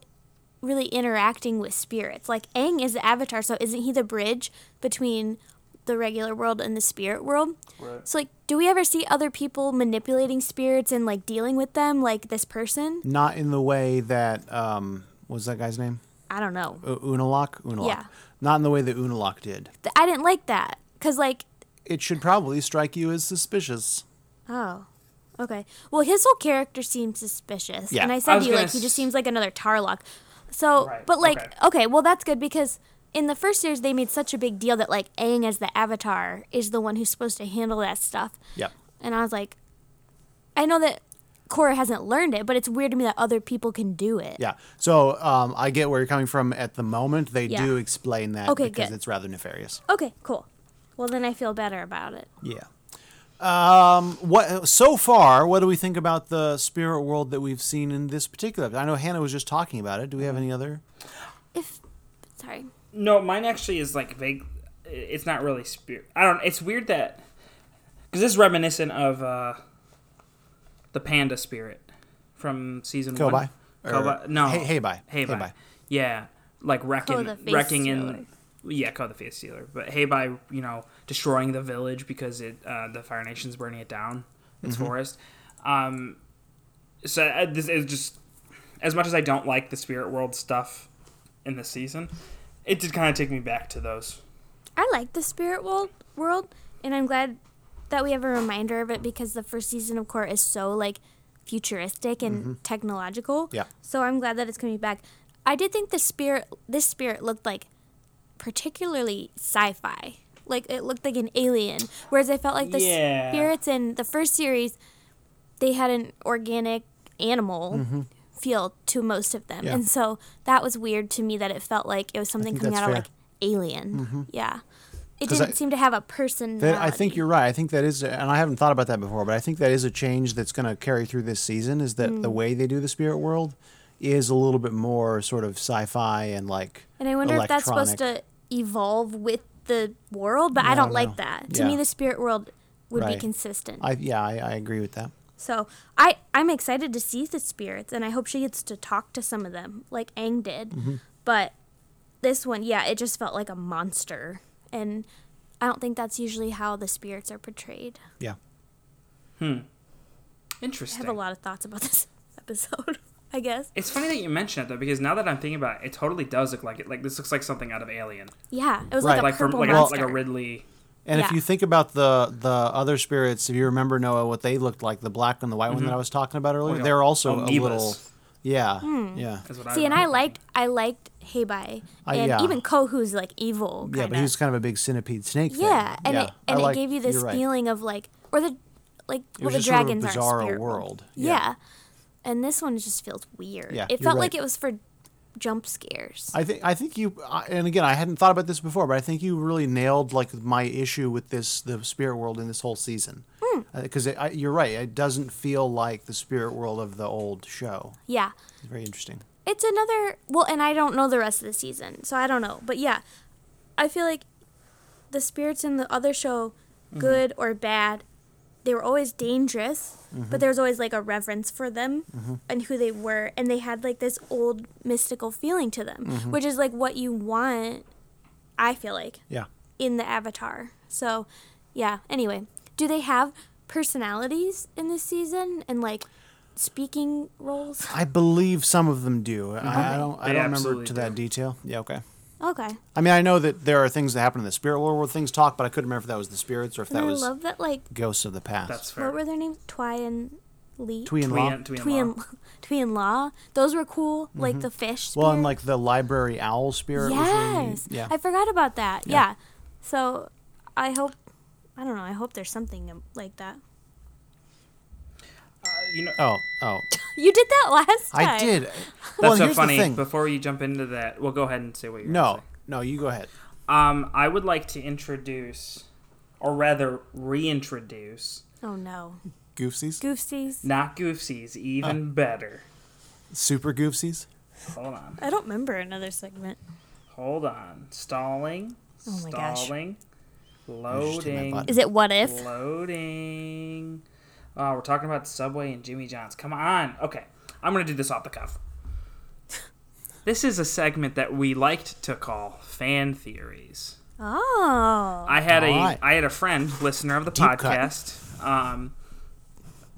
[SPEAKER 5] really interacting with spirits. Like Aang is the avatar, so isn't he the bridge between the regular world and the spirit world? Right. So like, do we ever see other people manipulating spirits and like dealing with them, like this person?
[SPEAKER 3] Not in the way that um, what was that guy's name?
[SPEAKER 5] I don't know.
[SPEAKER 3] Uh, Unalak. Unalak.
[SPEAKER 5] Yeah.
[SPEAKER 3] Not in the way that Unalak did.
[SPEAKER 5] Th- I didn't like that because like
[SPEAKER 3] It should probably strike you as suspicious.
[SPEAKER 5] oh okay well his whole character seems suspicious
[SPEAKER 3] Yeah.
[SPEAKER 5] and
[SPEAKER 3] I
[SPEAKER 5] I
[SPEAKER 4] I
[SPEAKER 5] said
[SPEAKER 4] was
[SPEAKER 5] to you
[SPEAKER 4] gonna
[SPEAKER 5] like he
[SPEAKER 4] s-
[SPEAKER 5] just seems like another Tarlock so
[SPEAKER 4] Right,
[SPEAKER 5] but like
[SPEAKER 4] okay.
[SPEAKER 5] okay. well that's good because in the first series they made such a big deal that like Aang as the Avatar is the one who's supposed to handle that stuff
[SPEAKER 3] Yep.
[SPEAKER 5] and I was like I know that Korra hasn't learned it but it's weird to me that other people can do it
[SPEAKER 3] Yeah. So um, I get where you're coming from. At the moment, they
[SPEAKER 5] Yeah.
[SPEAKER 3] do explain that
[SPEAKER 5] Okay,
[SPEAKER 3] because
[SPEAKER 5] good.
[SPEAKER 3] it's rather nefarious.
[SPEAKER 5] okay cool well then I feel better about it
[SPEAKER 3] Yeah. Um, what so far? What do we think about the spirit world that we've seen in this particular? I know Hannah was just talking about it. Do we have any other?
[SPEAKER 5] if sorry
[SPEAKER 4] No, mine actually is like vague. It's not really spirit. I don't. It's weird that because this is reminiscent of uh, the panda spirit from season
[SPEAKER 3] Kobai?
[SPEAKER 4] one.
[SPEAKER 3] Or
[SPEAKER 4] Kobai. No.
[SPEAKER 3] He- Heibai.
[SPEAKER 4] Heibai.
[SPEAKER 3] Heibai.
[SPEAKER 4] Yeah, like
[SPEAKER 5] Ko
[SPEAKER 4] wrecking,
[SPEAKER 5] the Face
[SPEAKER 4] wrecking
[SPEAKER 5] Stealer.
[SPEAKER 4] in. Yeah, called the face stealer, but Heibai, you know, destroying the village because it uh, the Fire Nation's burning it down, its forest. Um, so uh, this is just as much as I don't like the spirit world stuff in this season, it did kind of take me back to those.
[SPEAKER 5] I like the spirit world, world, and I'm glad that we have a reminder of it because the first season of Court is so like futuristic and technological.
[SPEAKER 3] Mm-hmm. Yeah.
[SPEAKER 5] So I'm glad that it's coming back. I did think the spirit, this spirit looked like particularly sci-fi. Like it looked like an alien, whereas I felt like the
[SPEAKER 4] Yeah.
[SPEAKER 5] spirits in the first series, they had an organic animal feel to most of them,
[SPEAKER 3] Mm-hmm. Yeah.
[SPEAKER 5] and so that was weird to me that it felt like it was something
[SPEAKER 3] think
[SPEAKER 5] coming
[SPEAKER 3] that's
[SPEAKER 5] out of
[SPEAKER 3] fair. Mm-hmm.
[SPEAKER 5] like alien. Yeah. It
[SPEAKER 3] 'Cause
[SPEAKER 5] didn't
[SPEAKER 3] I-
[SPEAKER 5] seem to have a person.
[SPEAKER 3] That, I think you're right. I think that is, and I haven't thought about that before, but I think that is a change that's going to carry through this season. Is that the way they do the spirit world is a little bit more sort of sci-fi and like.
[SPEAKER 5] And I wonder if that's supposed
[SPEAKER 3] electronic.
[SPEAKER 5] to evolve with the world, but I don't like
[SPEAKER 3] know.
[SPEAKER 5] that. To
[SPEAKER 3] Yeah.
[SPEAKER 5] me, the spirit world would
[SPEAKER 3] Right.
[SPEAKER 5] be consistent.
[SPEAKER 3] I yeah, I, I agree with that.
[SPEAKER 5] so I, I'm excited to see the spirits, and I hope she gets to talk to some of them, like Aang did.
[SPEAKER 3] Mm-hmm.
[SPEAKER 5] But this one, yeah, it just felt like a monster. And I don't think that's usually how the spirits are portrayed.
[SPEAKER 3] Yeah.
[SPEAKER 5] I
[SPEAKER 4] Interesting.
[SPEAKER 5] have a lot of thoughts about [LAUGHS] this episode, I guess.
[SPEAKER 4] It's funny that you mention it though, because now that I'm thinking about it, it totally does look like it. Like this looks like something out of Alien,
[SPEAKER 5] Yeah, it was
[SPEAKER 3] Right.
[SPEAKER 5] like a
[SPEAKER 4] like from
[SPEAKER 5] purple
[SPEAKER 4] like a,
[SPEAKER 5] monster.
[SPEAKER 4] like a Ridley.
[SPEAKER 3] And if
[SPEAKER 5] Yeah.
[SPEAKER 3] you think about the the other spirits, if you remember Noah, what they looked like, the black and the white one that I was talking about earlier,
[SPEAKER 4] Mm-hmm. Oh, yeah.
[SPEAKER 3] they're also a
[SPEAKER 4] Amoebas.
[SPEAKER 3] little, yeah,
[SPEAKER 5] Hmm.
[SPEAKER 3] yeah,
[SPEAKER 4] Is what
[SPEAKER 5] See,
[SPEAKER 4] I
[SPEAKER 5] and I
[SPEAKER 4] remember.
[SPEAKER 5] liked I liked Heibai
[SPEAKER 3] I-
[SPEAKER 5] and
[SPEAKER 3] Uh, yeah.
[SPEAKER 5] even Kohu's like evil. Kinda.
[SPEAKER 3] yeah. But he was kind of a big centipede snake. thing.
[SPEAKER 5] yeah, and it
[SPEAKER 3] I
[SPEAKER 5] and
[SPEAKER 3] like-
[SPEAKER 5] it gave you this
[SPEAKER 3] you're right.
[SPEAKER 5] feeling of like or the like
[SPEAKER 3] It
[SPEAKER 5] well
[SPEAKER 3] was
[SPEAKER 5] the
[SPEAKER 3] just sort of a
[SPEAKER 5] dragons aren't
[SPEAKER 3] bizarro
[SPEAKER 5] spirit
[SPEAKER 3] world.
[SPEAKER 5] Yeah.
[SPEAKER 3] Yeah.
[SPEAKER 5] and this one just feels weird.
[SPEAKER 3] Yeah,
[SPEAKER 5] it
[SPEAKER 3] you're
[SPEAKER 5] felt like
[SPEAKER 3] right.
[SPEAKER 5] it was for jump scares.
[SPEAKER 3] I think I think you I- and again I hadn't thought about this before, but I think you really nailed like my issue with this the spirit world in this whole season
[SPEAKER 5] Hmm.
[SPEAKER 3] because I you're right it doesn't feel like the spirit world of the old show.
[SPEAKER 5] yeah,
[SPEAKER 3] It's very interesting.
[SPEAKER 5] it's another well, and I don't know the rest of the season, so I don't know. But yeah, I feel like the spirits in the other show,
[SPEAKER 3] Mm-hmm.
[SPEAKER 5] good or bad, they were always dangerous,
[SPEAKER 3] Mm-hmm.
[SPEAKER 5] but there was always like a reverence for them and who they were, and they had like this old mystical feeling to them,
[SPEAKER 3] Mm-hmm.
[SPEAKER 5] which is like what you want. I feel like
[SPEAKER 3] Yeah.
[SPEAKER 5] in the Avatar. So, yeah. Anyway, do they have personalities in this season and like speaking roles? [LAUGHS]
[SPEAKER 3] I believe some of them do. I, I don't. I
[SPEAKER 4] Mm-hmm. They
[SPEAKER 3] don't remember
[SPEAKER 4] absolutely
[SPEAKER 3] to that
[SPEAKER 4] do.
[SPEAKER 3] detail. Yeah. Okay.
[SPEAKER 5] Okay.
[SPEAKER 3] I mean, I know that there are things that happen in the spirit world where things talk, but I couldn't remember if that was the spirits or if
[SPEAKER 5] And
[SPEAKER 3] that
[SPEAKER 5] I
[SPEAKER 3] was
[SPEAKER 5] love that, like,
[SPEAKER 3] ghosts of the past.
[SPEAKER 4] That's
[SPEAKER 5] what
[SPEAKER 4] fair.
[SPEAKER 5] were their names? Twi and Lee?
[SPEAKER 3] Twee and Law. Mm-hmm.
[SPEAKER 4] Tweeant, tweeant,
[SPEAKER 5] Twee and, [LAUGHS]
[SPEAKER 4] law.
[SPEAKER 5] Twee and Law. Those were cool. Like the fish.
[SPEAKER 3] Well, and
[SPEAKER 5] spirit.
[SPEAKER 3] like the library owl spirit.
[SPEAKER 5] Yes.
[SPEAKER 3] Was really, yeah.
[SPEAKER 5] I forgot about that. Yeah.
[SPEAKER 3] Yeah.
[SPEAKER 5] So I hope, I don't know, I hope there's something um, like that. [LAUGHS]
[SPEAKER 4] You know,
[SPEAKER 3] oh. Oh.
[SPEAKER 5] You did that last time.
[SPEAKER 3] I did. well,
[SPEAKER 4] that's so
[SPEAKER 3] here's the
[SPEAKER 4] funny.
[SPEAKER 3] thing.
[SPEAKER 4] Before you jump into that, well, go ahead and say what you're
[SPEAKER 3] no. No. You go ahead.
[SPEAKER 4] Um, I would like to introduce, or rather reintroduce,
[SPEAKER 5] Oh, no.
[SPEAKER 3] Goofsies.
[SPEAKER 5] Goofsies.
[SPEAKER 4] not Goofsies, even
[SPEAKER 3] Oh.
[SPEAKER 4] better.
[SPEAKER 3] Super goofsies.
[SPEAKER 4] Hold on,
[SPEAKER 5] I don't remember another segment.
[SPEAKER 4] hold on. Stalling,
[SPEAKER 5] Oh my gosh.
[SPEAKER 4] stalling,
[SPEAKER 3] just hit my
[SPEAKER 4] loading,
[SPEAKER 3] button.
[SPEAKER 5] Is it what if?
[SPEAKER 4] loading. Oh, we're talking about Subway and Jimmy John's. Come on. Okay, I'm gonna do this off the cuff.
[SPEAKER 5] [LAUGHS]
[SPEAKER 4] This is a segment that we liked to call fan theories.
[SPEAKER 5] Oh.
[SPEAKER 4] I had a I
[SPEAKER 3] All right.
[SPEAKER 4] had a friend, listener of the
[SPEAKER 3] Deep cut.
[SPEAKER 4] podcast. Um,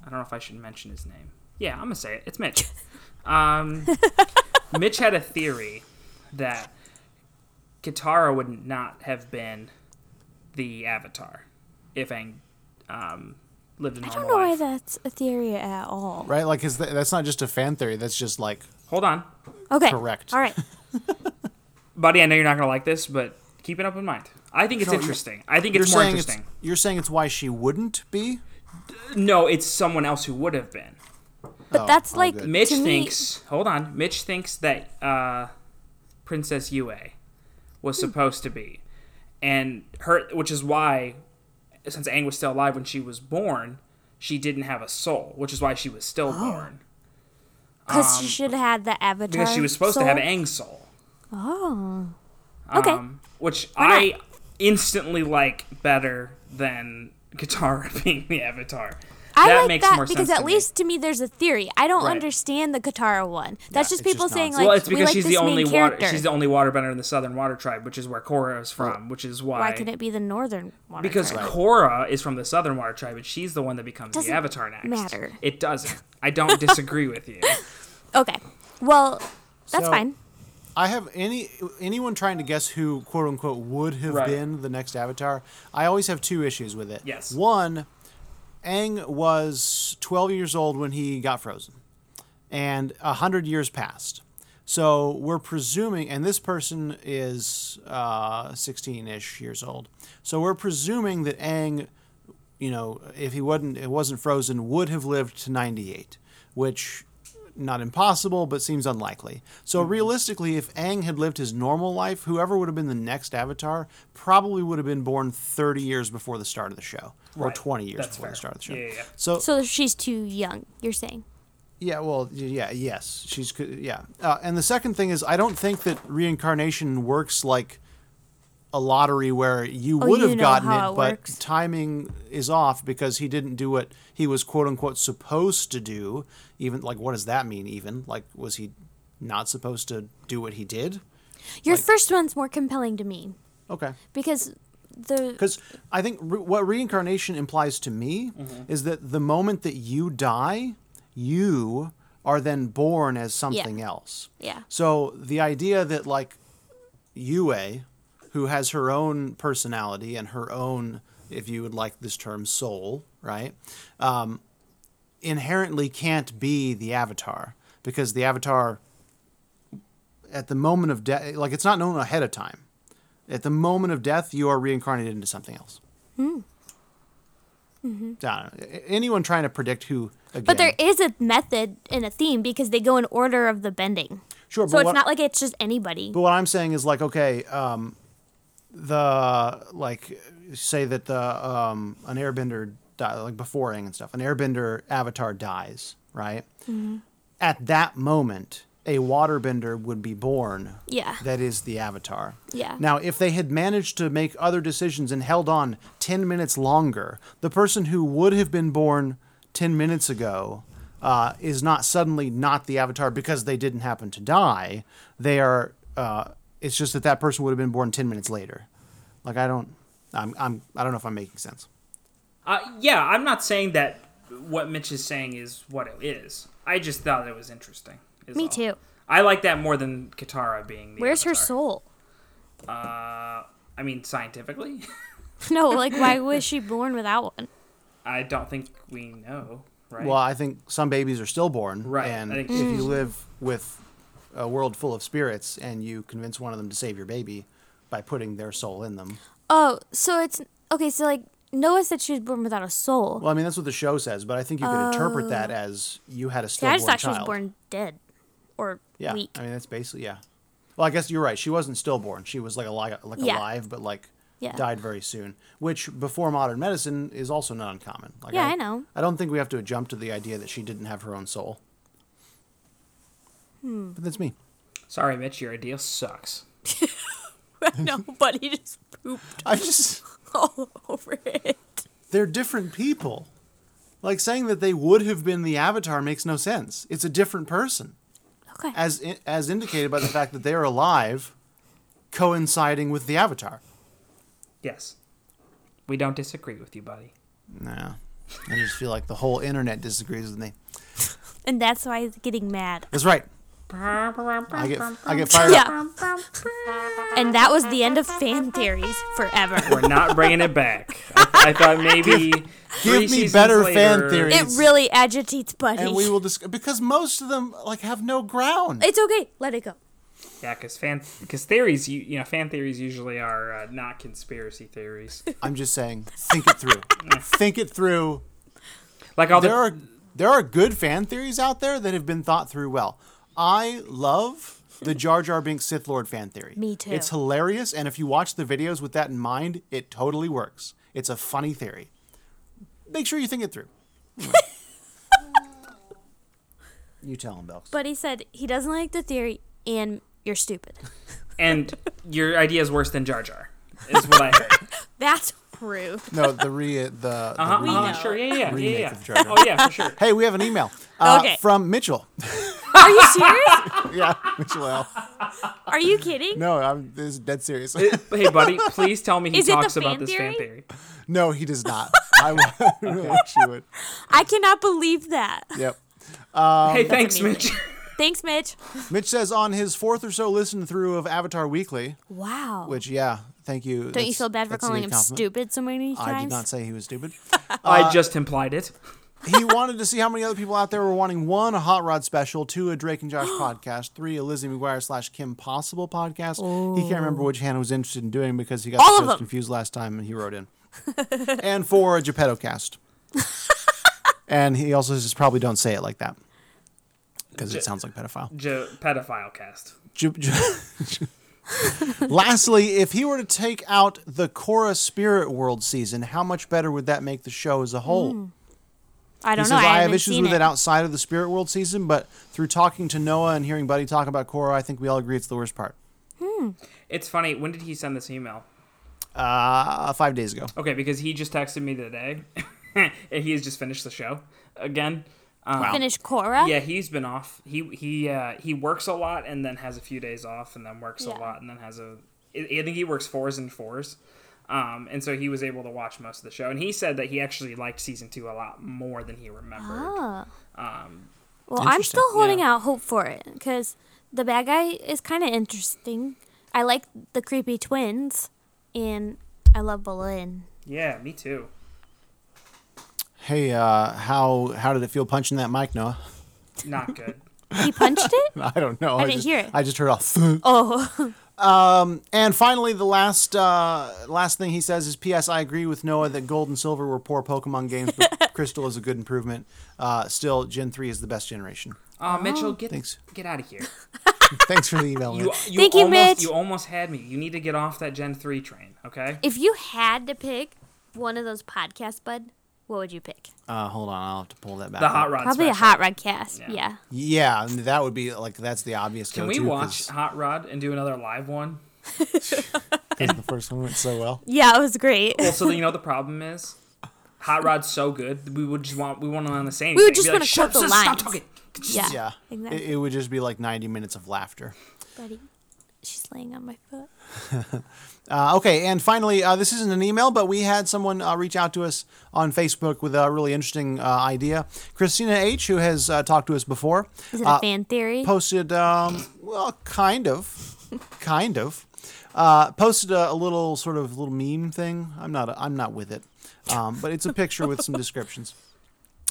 [SPEAKER 4] I don't know if I should mention his name. Yeah, I'm gonna say it. It's
[SPEAKER 3] [LAUGHS]
[SPEAKER 4] Mitch. Um, Mitch had a theory that Katara would not have been the Avatar if Aang um, lived a
[SPEAKER 5] I
[SPEAKER 4] normal
[SPEAKER 5] don't know why
[SPEAKER 4] life.
[SPEAKER 5] that's a theory at all.
[SPEAKER 3] Right. Like, is that, that's not just a fan theory. That's just like
[SPEAKER 4] Hold on,
[SPEAKER 5] Okay.
[SPEAKER 3] Correct. [LAUGHS]
[SPEAKER 5] All right.
[SPEAKER 4] buddy. I know you're not gonna like this, but keep it up in mind. I think it's
[SPEAKER 3] No, you-
[SPEAKER 4] interesting. I think
[SPEAKER 3] you're
[SPEAKER 4] it's more
[SPEAKER 3] saying. It's,
[SPEAKER 4] interesting.
[SPEAKER 3] you're saying it's why she wouldn't be.
[SPEAKER 4] No, it's someone else who would have been.
[SPEAKER 5] But that's
[SPEAKER 3] Oh, all
[SPEAKER 5] like
[SPEAKER 3] good.
[SPEAKER 4] Mitch
[SPEAKER 5] to me-
[SPEAKER 4] thinks. Hold on. Mitch thinks that uh, Princess Yue
[SPEAKER 5] Hmm.
[SPEAKER 4] was supposed to be, and her, which is why, since Aang was still alive when she was born, she didn't have a soul, which is why she was still
[SPEAKER 5] Oh,
[SPEAKER 4] born
[SPEAKER 5] Because she should have had the avatar.
[SPEAKER 4] um, because she was supposed to
[SPEAKER 5] soul.
[SPEAKER 4] have Aang's soul. um,
[SPEAKER 5] Oh. Okay.
[SPEAKER 4] which
[SPEAKER 5] not?
[SPEAKER 4] I instantly like better than Katara [LAUGHS] being the Avatar.
[SPEAKER 5] I
[SPEAKER 4] that
[SPEAKER 5] like
[SPEAKER 4] makes
[SPEAKER 5] that
[SPEAKER 4] more
[SPEAKER 5] because
[SPEAKER 4] sense
[SPEAKER 5] at
[SPEAKER 4] to me.
[SPEAKER 5] least to me there's a theory. I don't
[SPEAKER 4] Right.
[SPEAKER 5] understand the Katara one. That's just
[SPEAKER 3] it's just
[SPEAKER 5] people saying
[SPEAKER 3] nonsense.
[SPEAKER 5] like
[SPEAKER 4] well, it's
[SPEAKER 5] we
[SPEAKER 4] because
[SPEAKER 5] like
[SPEAKER 4] she's
[SPEAKER 5] this
[SPEAKER 4] the only
[SPEAKER 5] main
[SPEAKER 4] water.
[SPEAKER 5] character.
[SPEAKER 4] She's the only waterbender in the Southern Water Tribe, which is where Korra is from, which is why.
[SPEAKER 5] Why can it be the northern one?
[SPEAKER 4] Because Korra is from the Southern Water Tribe, and she's the one that becomes
[SPEAKER 5] Doesn't
[SPEAKER 4] the Avatar next.
[SPEAKER 5] matter.
[SPEAKER 4] It doesn't. I don't
[SPEAKER 5] [LAUGHS]
[SPEAKER 4] disagree with you.
[SPEAKER 5] Okay. Well, that's
[SPEAKER 3] So-
[SPEAKER 5] fine.
[SPEAKER 3] I have any anyone trying to guess who quote unquote would have
[SPEAKER 4] Right.
[SPEAKER 3] been the next Avatar. I always have two issues with it.
[SPEAKER 4] Yes.
[SPEAKER 3] One, Aang was 12 years old when he got frozen, and a hundred years passed. So we're presuming, and this person is 16 ish years old. So we're presuming that Aang, you know, if he wasn't it wasn't frozen, would have lived to 98, which not impossible, but seems unlikely.
[SPEAKER 4] Mm-hmm.
[SPEAKER 3] So realistically, if Aang had lived his normal life, whoever would have been the next Avatar probably would have been born 30 years before the start of the show, or
[SPEAKER 4] Right.
[SPEAKER 3] 20 years
[SPEAKER 4] That's
[SPEAKER 3] before
[SPEAKER 4] fair.
[SPEAKER 3] the start of the show.
[SPEAKER 4] Yeah, yeah, yeah.
[SPEAKER 3] So,
[SPEAKER 5] So she's too young. You're saying?
[SPEAKER 3] yeah, well, y- yeah, yes, she's co- yeah. Uh, and the second thing is, I don't think that reincarnation works like a lottery where you
[SPEAKER 5] Oh,
[SPEAKER 3] would
[SPEAKER 5] you
[SPEAKER 3] have
[SPEAKER 5] know
[SPEAKER 3] gotten
[SPEAKER 5] how
[SPEAKER 3] it,
[SPEAKER 5] it
[SPEAKER 3] but
[SPEAKER 5] works.
[SPEAKER 3] timing is off because he didn't do what he was quote unquote supposed to do. Even like, what does that mean? Even like, was he not supposed to do what he did?
[SPEAKER 5] Your first one's more compelling to me
[SPEAKER 3] Okay.
[SPEAKER 5] because the
[SPEAKER 3] Because I think re- what reincarnation implies to me is that the moment that you die, you are then born as something else.
[SPEAKER 5] Yeah.
[SPEAKER 3] So the idea that like Yue, who has her own personality and her own, if you would like this term, soul, right? Um, inherently can't be the avatar because the avatar at the moment of death, like it's not known ahead of time. At the moment of death, you are reincarnated into something else. Hmm. I don't know. A- Anyone trying to predict who again?
[SPEAKER 5] but there is a method and a theme because they go in order of the bending.
[SPEAKER 3] Sure,
[SPEAKER 5] So
[SPEAKER 3] but
[SPEAKER 5] it's
[SPEAKER 3] what-
[SPEAKER 5] not like it's just anybody.
[SPEAKER 3] But what I'm saying is like, okay, um, the like say that the um, an airbender die, like before Aang and stuff, an airbender avatar dies, right?
[SPEAKER 5] Mm-hmm.
[SPEAKER 3] At that moment, a waterbender would be born.
[SPEAKER 5] Yeah.
[SPEAKER 3] That is the avatar.
[SPEAKER 5] Yeah.
[SPEAKER 3] Now, if they had managed to make other decisions and held on 10 minutes longer, the person who would have been born 10 minutes ago uh, is not suddenly not the avatar because they didn't happen to die. They are, uh, it's just that that person would have been born 10 minutes later. Like, I don't, I'm, I'm, I don't know if I'm making sense.
[SPEAKER 4] Uh, yeah, I'm not saying that what Mitch is saying is what it is. I just thought it was interesting. is
[SPEAKER 5] Me
[SPEAKER 4] all.
[SPEAKER 5] too.
[SPEAKER 4] I like that more than Katara being. The
[SPEAKER 5] Where's her
[SPEAKER 4] Avatar.
[SPEAKER 5] soul? [LAUGHS]
[SPEAKER 4] Uh, I mean, scientifically, [LAUGHS]
[SPEAKER 5] No,
[SPEAKER 3] [LAUGHS]
[SPEAKER 5] like why was she born without one?
[SPEAKER 4] I don't think we know. Right.
[SPEAKER 3] Well, I think some babies are stillborn.
[SPEAKER 4] Right,
[SPEAKER 3] And
[SPEAKER 4] I think-
[SPEAKER 3] if you live with a world full of spirits and you convince one of them to save your baby by putting their soul in them.
[SPEAKER 5] Oh, so it's okay. So like Noah said she was born without a soul.
[SPEAKER 3] Well, I mean, that's what the show says, but I think you could interpret that as you had a
[SPEAKER 5] Oh. See,
[SPEAKER 3] stillborn
[SPEAKER 5] I just thought
[SPEAKER 3] child.
[SPEAKER 5] she was born dead or
[SPEAKER 3] yeah.
[SPEAKER 5] weak.
[SPEAKER 3] I mean, that's basically, yeah. Well, I guess you're right. She wasn't stillborn. She was like alive, like
[SPEAKER 5] Yeah.
[SPEAKER 3] alive but like
[SPEAKER 5] Yeah.
[SPEAKER 3] died very soon, which before modern medicine is also not uncommon. Like,
[SPEAKER 5] Yeah, I know.
[SPEAKER 3] I don't think we have to jump to the idea that she didn't have her own soul.
[SPEAKER 5] Hmm.
[SPEAKER 3] But that's me.
[SPEAKER 4] Sorry, Mitch, your idea sucks.
[SPEAKER 5] [LAUGHS] no,
[SPEAKER 3] [LAUGHS]
[SPEAKER 5] but he just pooped [LAUGHS]
[SPEAKER 3] I just.
[SPEAKER 5] all over it.
[SPEAKER 3] they're different people. Like saying that they would have been the avatar makes no sense. It's a different person,
[SPEAKER 5] Okay.
[SPEAKER 3] as i- as indicated by the fact that they are alive, coinciding with the avatar.
[SPEAKER 4] Yes, we don't disagree with you, buddy.
[SPEAKER 3] No, I just feel like the whole internet disagrees with me.
[SPEAKER 5] and that's why he's getting mad.
[SPEAKER 3] That's right. I
[SPEAKER 4] I
[SPEAKER 3] get I get fired. up.
[SPEAKER 5] Yeah. And that was the end of fan theories
[SPEAKER 3] [LAUGHS]
[SPEAKER 5] forever.
[SPEAKER 4] We're not bringing it back. I, th- I thought maybe three
[SPEAKER 3] me
[SPEAKER 4] seasons
[SPEAKER 3] better fan
[SPEAKER 4] later-
[SPEAKER 3] theories.
[SPEAKER 5] It really agitates Buddy.
[SPEAKER 3] And we will dis- because most of them like have no ground.
[SPEAKER 5] [LAUGHS] It's okay. Let it go.
[SPEAKER 4] Yeah, because fan because theories you you know fan theories usually are uh, not conspiracy theories.
[SPEAKER 3] I'm just saying, think it through. think it through.
[SPEAKER 4] Like all
[SPEAKER 3] there
[SPEAKER 4] the
[SPEAKER 3] are there are good fan theories out there that have been thought through well. I love the Jar Jar Binks Sith Lord fan theory.
[SPEAKER 5] Me too.
[SPEAKER 3] It's hilarious, and if you watch the videos with that in mind, it totally works. It's a funny theory. Make sure you think it through. you tell him, Belks.
[SPEAKER 5] Buddy said he doesn't like the theory and
[SPEAKER 3] [LAUGHS]
[SPEAKER 5] you're stupid.
[SPEAKER 4] and your idea is worse than Jar Jar. Is what I
[SPEAKER 3] [LAUGHS]
[SPEAKER 4] heard.
[SPEAKER 5] That's rude.
[SPEAKER 3] no, the re the, the
[SPEAKER 4] Uh-huh,
[SPEAKER 3] remake.
[SPEAKER 4] uh-huh, sure, yeah, yeah, yeah,
[SPEAKER 3] Remake
[SPEAKER 4] yeah.
[SPEAKER 3] of Jar Jar.
[SPEAKER 4] Oh yeah, for sure.
[SPEAKER 3] Hey, we have an email uh,
[SPEAKER 5] Okay.
[SPEAKER 3] from Mitchell.
[SPEAKER 5] Are you serious?
[SPEAKER 3] yeah, [LAUGHS] Mitchell. L.
[SPEAKER 5] Are you kidding?
[SPEAKER 3] No, I'm this is dead serious.
[SPEAKER 4] Hey buddy, please tell me he
[SPEAKER 5] Is it the
[SPEAKER 4] talks about
[SPEAKER 5] fan
[SPEAKER 4] this fan theory.
[SPEAKER 5] theory?
[SPEAKER 3] [LAUGHS] no, he does not. I, [LAUGHS] would- I really wish you would.
[SPEAKER 5] I cannot believe that.
[SPEAKER 3] Yep. Um,
[SPEAKER 4] hey, thanks,
[SPEAKER 5] amazing.
[SPEAKER 4] Mitch.
[SPEAKER 5] Thanks, Mitch.
[SPEAKER 3] Mitch says on his fourth or so listen through of Avatar Weekly,
[SPEAKER 5] Wow.
[SPEAKER 3] which yeah, thank you.
[SPEAKER 5] Don't you feel bad for calling him stupid so many times?
[SPEAKER 3] I did not say he was stupid. [LAUGHS]
[SPEAKER 4] I just implied it.
[SPEAKER 3] he wanted to see how many other people out there were wanting one a hot rod special, two a Drake and
[SPEAKER 5] [GASPS]
[SPEAKER 3] Josh podcast, three a Lizzie McGuire slash Kim Possible podcast. He can't remember which Hannah was interested in doing because he got
[SPEAKER 5] All
[SPEAKER 3] the
[SPEAKER 5] of
[SPEAKER 3] shows
[SPEAKER 5] them.
[SPEAKER 3] confused last time and he wrote in, [LAUGHS] and four a Geppetto
[SPEAKER 5] [LAUGHS]
[SPEAKER 3] cast. and he also says probably don't say it like that because it sounds like pedophile.
[SPEAKER 4] J- pedophile cast.
[SPEAKER 3] Ju- ju- Lastly, if he were to take out the Korra Spirit World season, how much better would that make the show as a whole?
[SPEAKER 5] Hmm. I
[SPEAKER 3] He
[SPEAKER 5] don't
[SPEAKER 3] says,
[SPEAKER 5] know.
[SPEAKER 3] I, have
[SPEAKER 5] haven't
[SPEAKER 3] issues
[SPEAKER 5] seen
[SPEAKER 3] with it.
[SPEAKER 5] it.
[SPEAKER 3] outside of the Spirit World season, but through talking to Noah and hearing Buddy talk about Korra, I think we all agree it's the worst part.
[SPEAKER 4] It's funny. When did he send this email?
[SPEAKER 3] Uh, five days ago.
[SPEAKER 4] Okay, because he just texted me today, [LAUGHS] and he has just finished the show again.
[SPEAKER 5] Finish Cora.
[SPEAKER 4] Yeah, he's been off. He he uh, he works a lot and then has a few days off and then works a
[SPEAKER 5] Yeah.
[SPEAKER 4] lot and then has a. I I think he works fours and fours, um, and so he was able to watch most of the show. And he said that he actually liked season two a lot more than he remembered.
[SPEAKER 5] Ah. Well, I'm
[SPEAKER 3] Interesting.
[SPEAKER 5] still holding
[SPEAKER 4] Yeah.
[SPEAKER 5] out hope for it because the bad guy is kind of interesting. I like the creepy twins, and I love Bolin.
[SPEAKER 4] Yeah, me too.
[SPEAKER 3] Hey, uh, how how did it feel punching that mic, Noah? [LAUGHS]
[SPEAKER 4] Not good.
[SPEAKER 5] He punched it.
[SPEAKER 3] I don't know. I,
[SPEAKER 5] didn't
[SPEAKER 3] just,
[SPEAKER 5] hear it.
[SPEAKER 3] I just heard all.
[SPEAKER 5] Oh,
[SPEAKER 3] And finally, the last uh, last thing he says is, "P.S. I agree with Noah that Gold and Silver were poor Pokemon games,
[SPEAKER 4] [LAUGHS]
[SPEAKER 3] but Crystal is a good improvement. Uh, still, Gen three is the best
[SPEAKER 4] [LAUGHS]
[SPEAKER 3] generation."
[SPEAKER 4] Uh,
[SPEAKER 5] Ah.
[SPEAKER 4] Mitchell, get
[SPEAKER 3] Thanks.
[SPEAKER 4] get out of here.
[SPEAKER 3] Thanks for the email.
[SPEAKER 4] You,
[SPEAKER 3] Mitch.
[SPEAKER 4] you
[SPEAKER 5] Thank you,
[SPEAKER 4] almost,
[SPEAKER 5] Mitch.
[SPEAKER 4] You almost had me. You need to get off that Gen three train. Okay.
[SPEAKER 5] if you had to pick one of those podcasts, bud, what would you pick?
[SPEAKER 3] Uh, hold on, I'll have to pull that back.
[SPEAKER 4] The
[SPEAKER 3] up.
[SPEAKER 4] hot rod.
[SPEAKER 5] Probably a
[SPEAKER 4] special.
[SPEAKER 5] hot rod cast. Yeah.
[SPEAKER 3] Yeah, I mean, that would be like that's the obvious.
[SPEAKER 4] Can we watch Hot Rod and do another live one?
[SPEAKER 3] the first one went so
[SPEAKER 4] [LAUGHS]
[SPEAKER 3] well.
[SPEAKER 5] Yeah, it was great.
[SPEAKER 3] Oh,
[SPEAKER 4] Also, you know what the problem is Hot Rod's so good. We would just want we want to on the same.
[SPEAKER 5] We would just wanna
[SPEAKER 4] shut
[SPEAKER 5] cut the
[SPEAKER 4] stop
[SPEAKER 5] lines."
[SPEAKER 4] talking.
[SPEAKER 5] Yeah.
[SPEAKER 3] Yeah,
[SPEAKER 5] Exactly.
[SPEAKER 3] it, it would just be like ninety minutes of laughter.
[SPEAKER 5] Buddy, she's laying on my foot.
[SPEAKER 3] Uh, okay, and finally, uh, this isn't an email, but we had someone uh, reach out to us on Facebook with a really interesting uh, idea. Christina H., who has uh, talked to us before,
[SPEAKER 5] Is it
[SPEAKER 3] uh,
[SPEAKER 5] a fan theory?
[SPEAKER 3] posted, um, well, kind of, [LAUGHS] kind of, uh, posted a, a little sort of little meme thing. I'm not, I'm not with it, um, but it's a picture with some descriptions.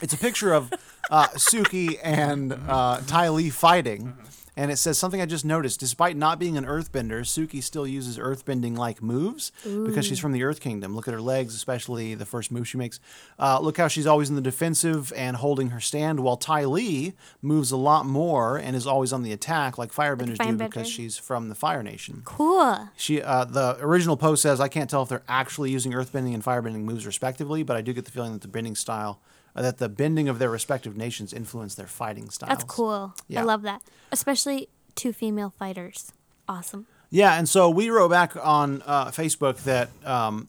[SPEAKER 3] It's a picture of uh, Suki and uh, Ty Lee fighting. And it says something I just noticed. Despite not being an earthbender, Suki still uses earthbending like moves because she's from the Earth Kingdom. Look at her legs, especially the first move she makes. Uh, look how she's always in the defensive and holding her stand, while Ty Lee moves a lot more and is always on the attack like firebenders do because
[SPEAKER 5] firebender.
[SPEAKER 3] she's from the Fire Nation.
[SPEAKER 5] cool.
[SPEAKER 3] She uh, the original post says I can't tell if they're actually using earthbending and firebending moves respectively, but I do get the feeling that the bending style uh, that the bending of their respective nations influence their fighting styles.
[SPEAKER 5] That's cool.
[SPEAKER 3] Yeah.
[SPEAKER 5] I love that. Especially two female fighters. Awesome.
[SPEAKER 3] Yeah, and so we wrote back on uh, Facebook that um,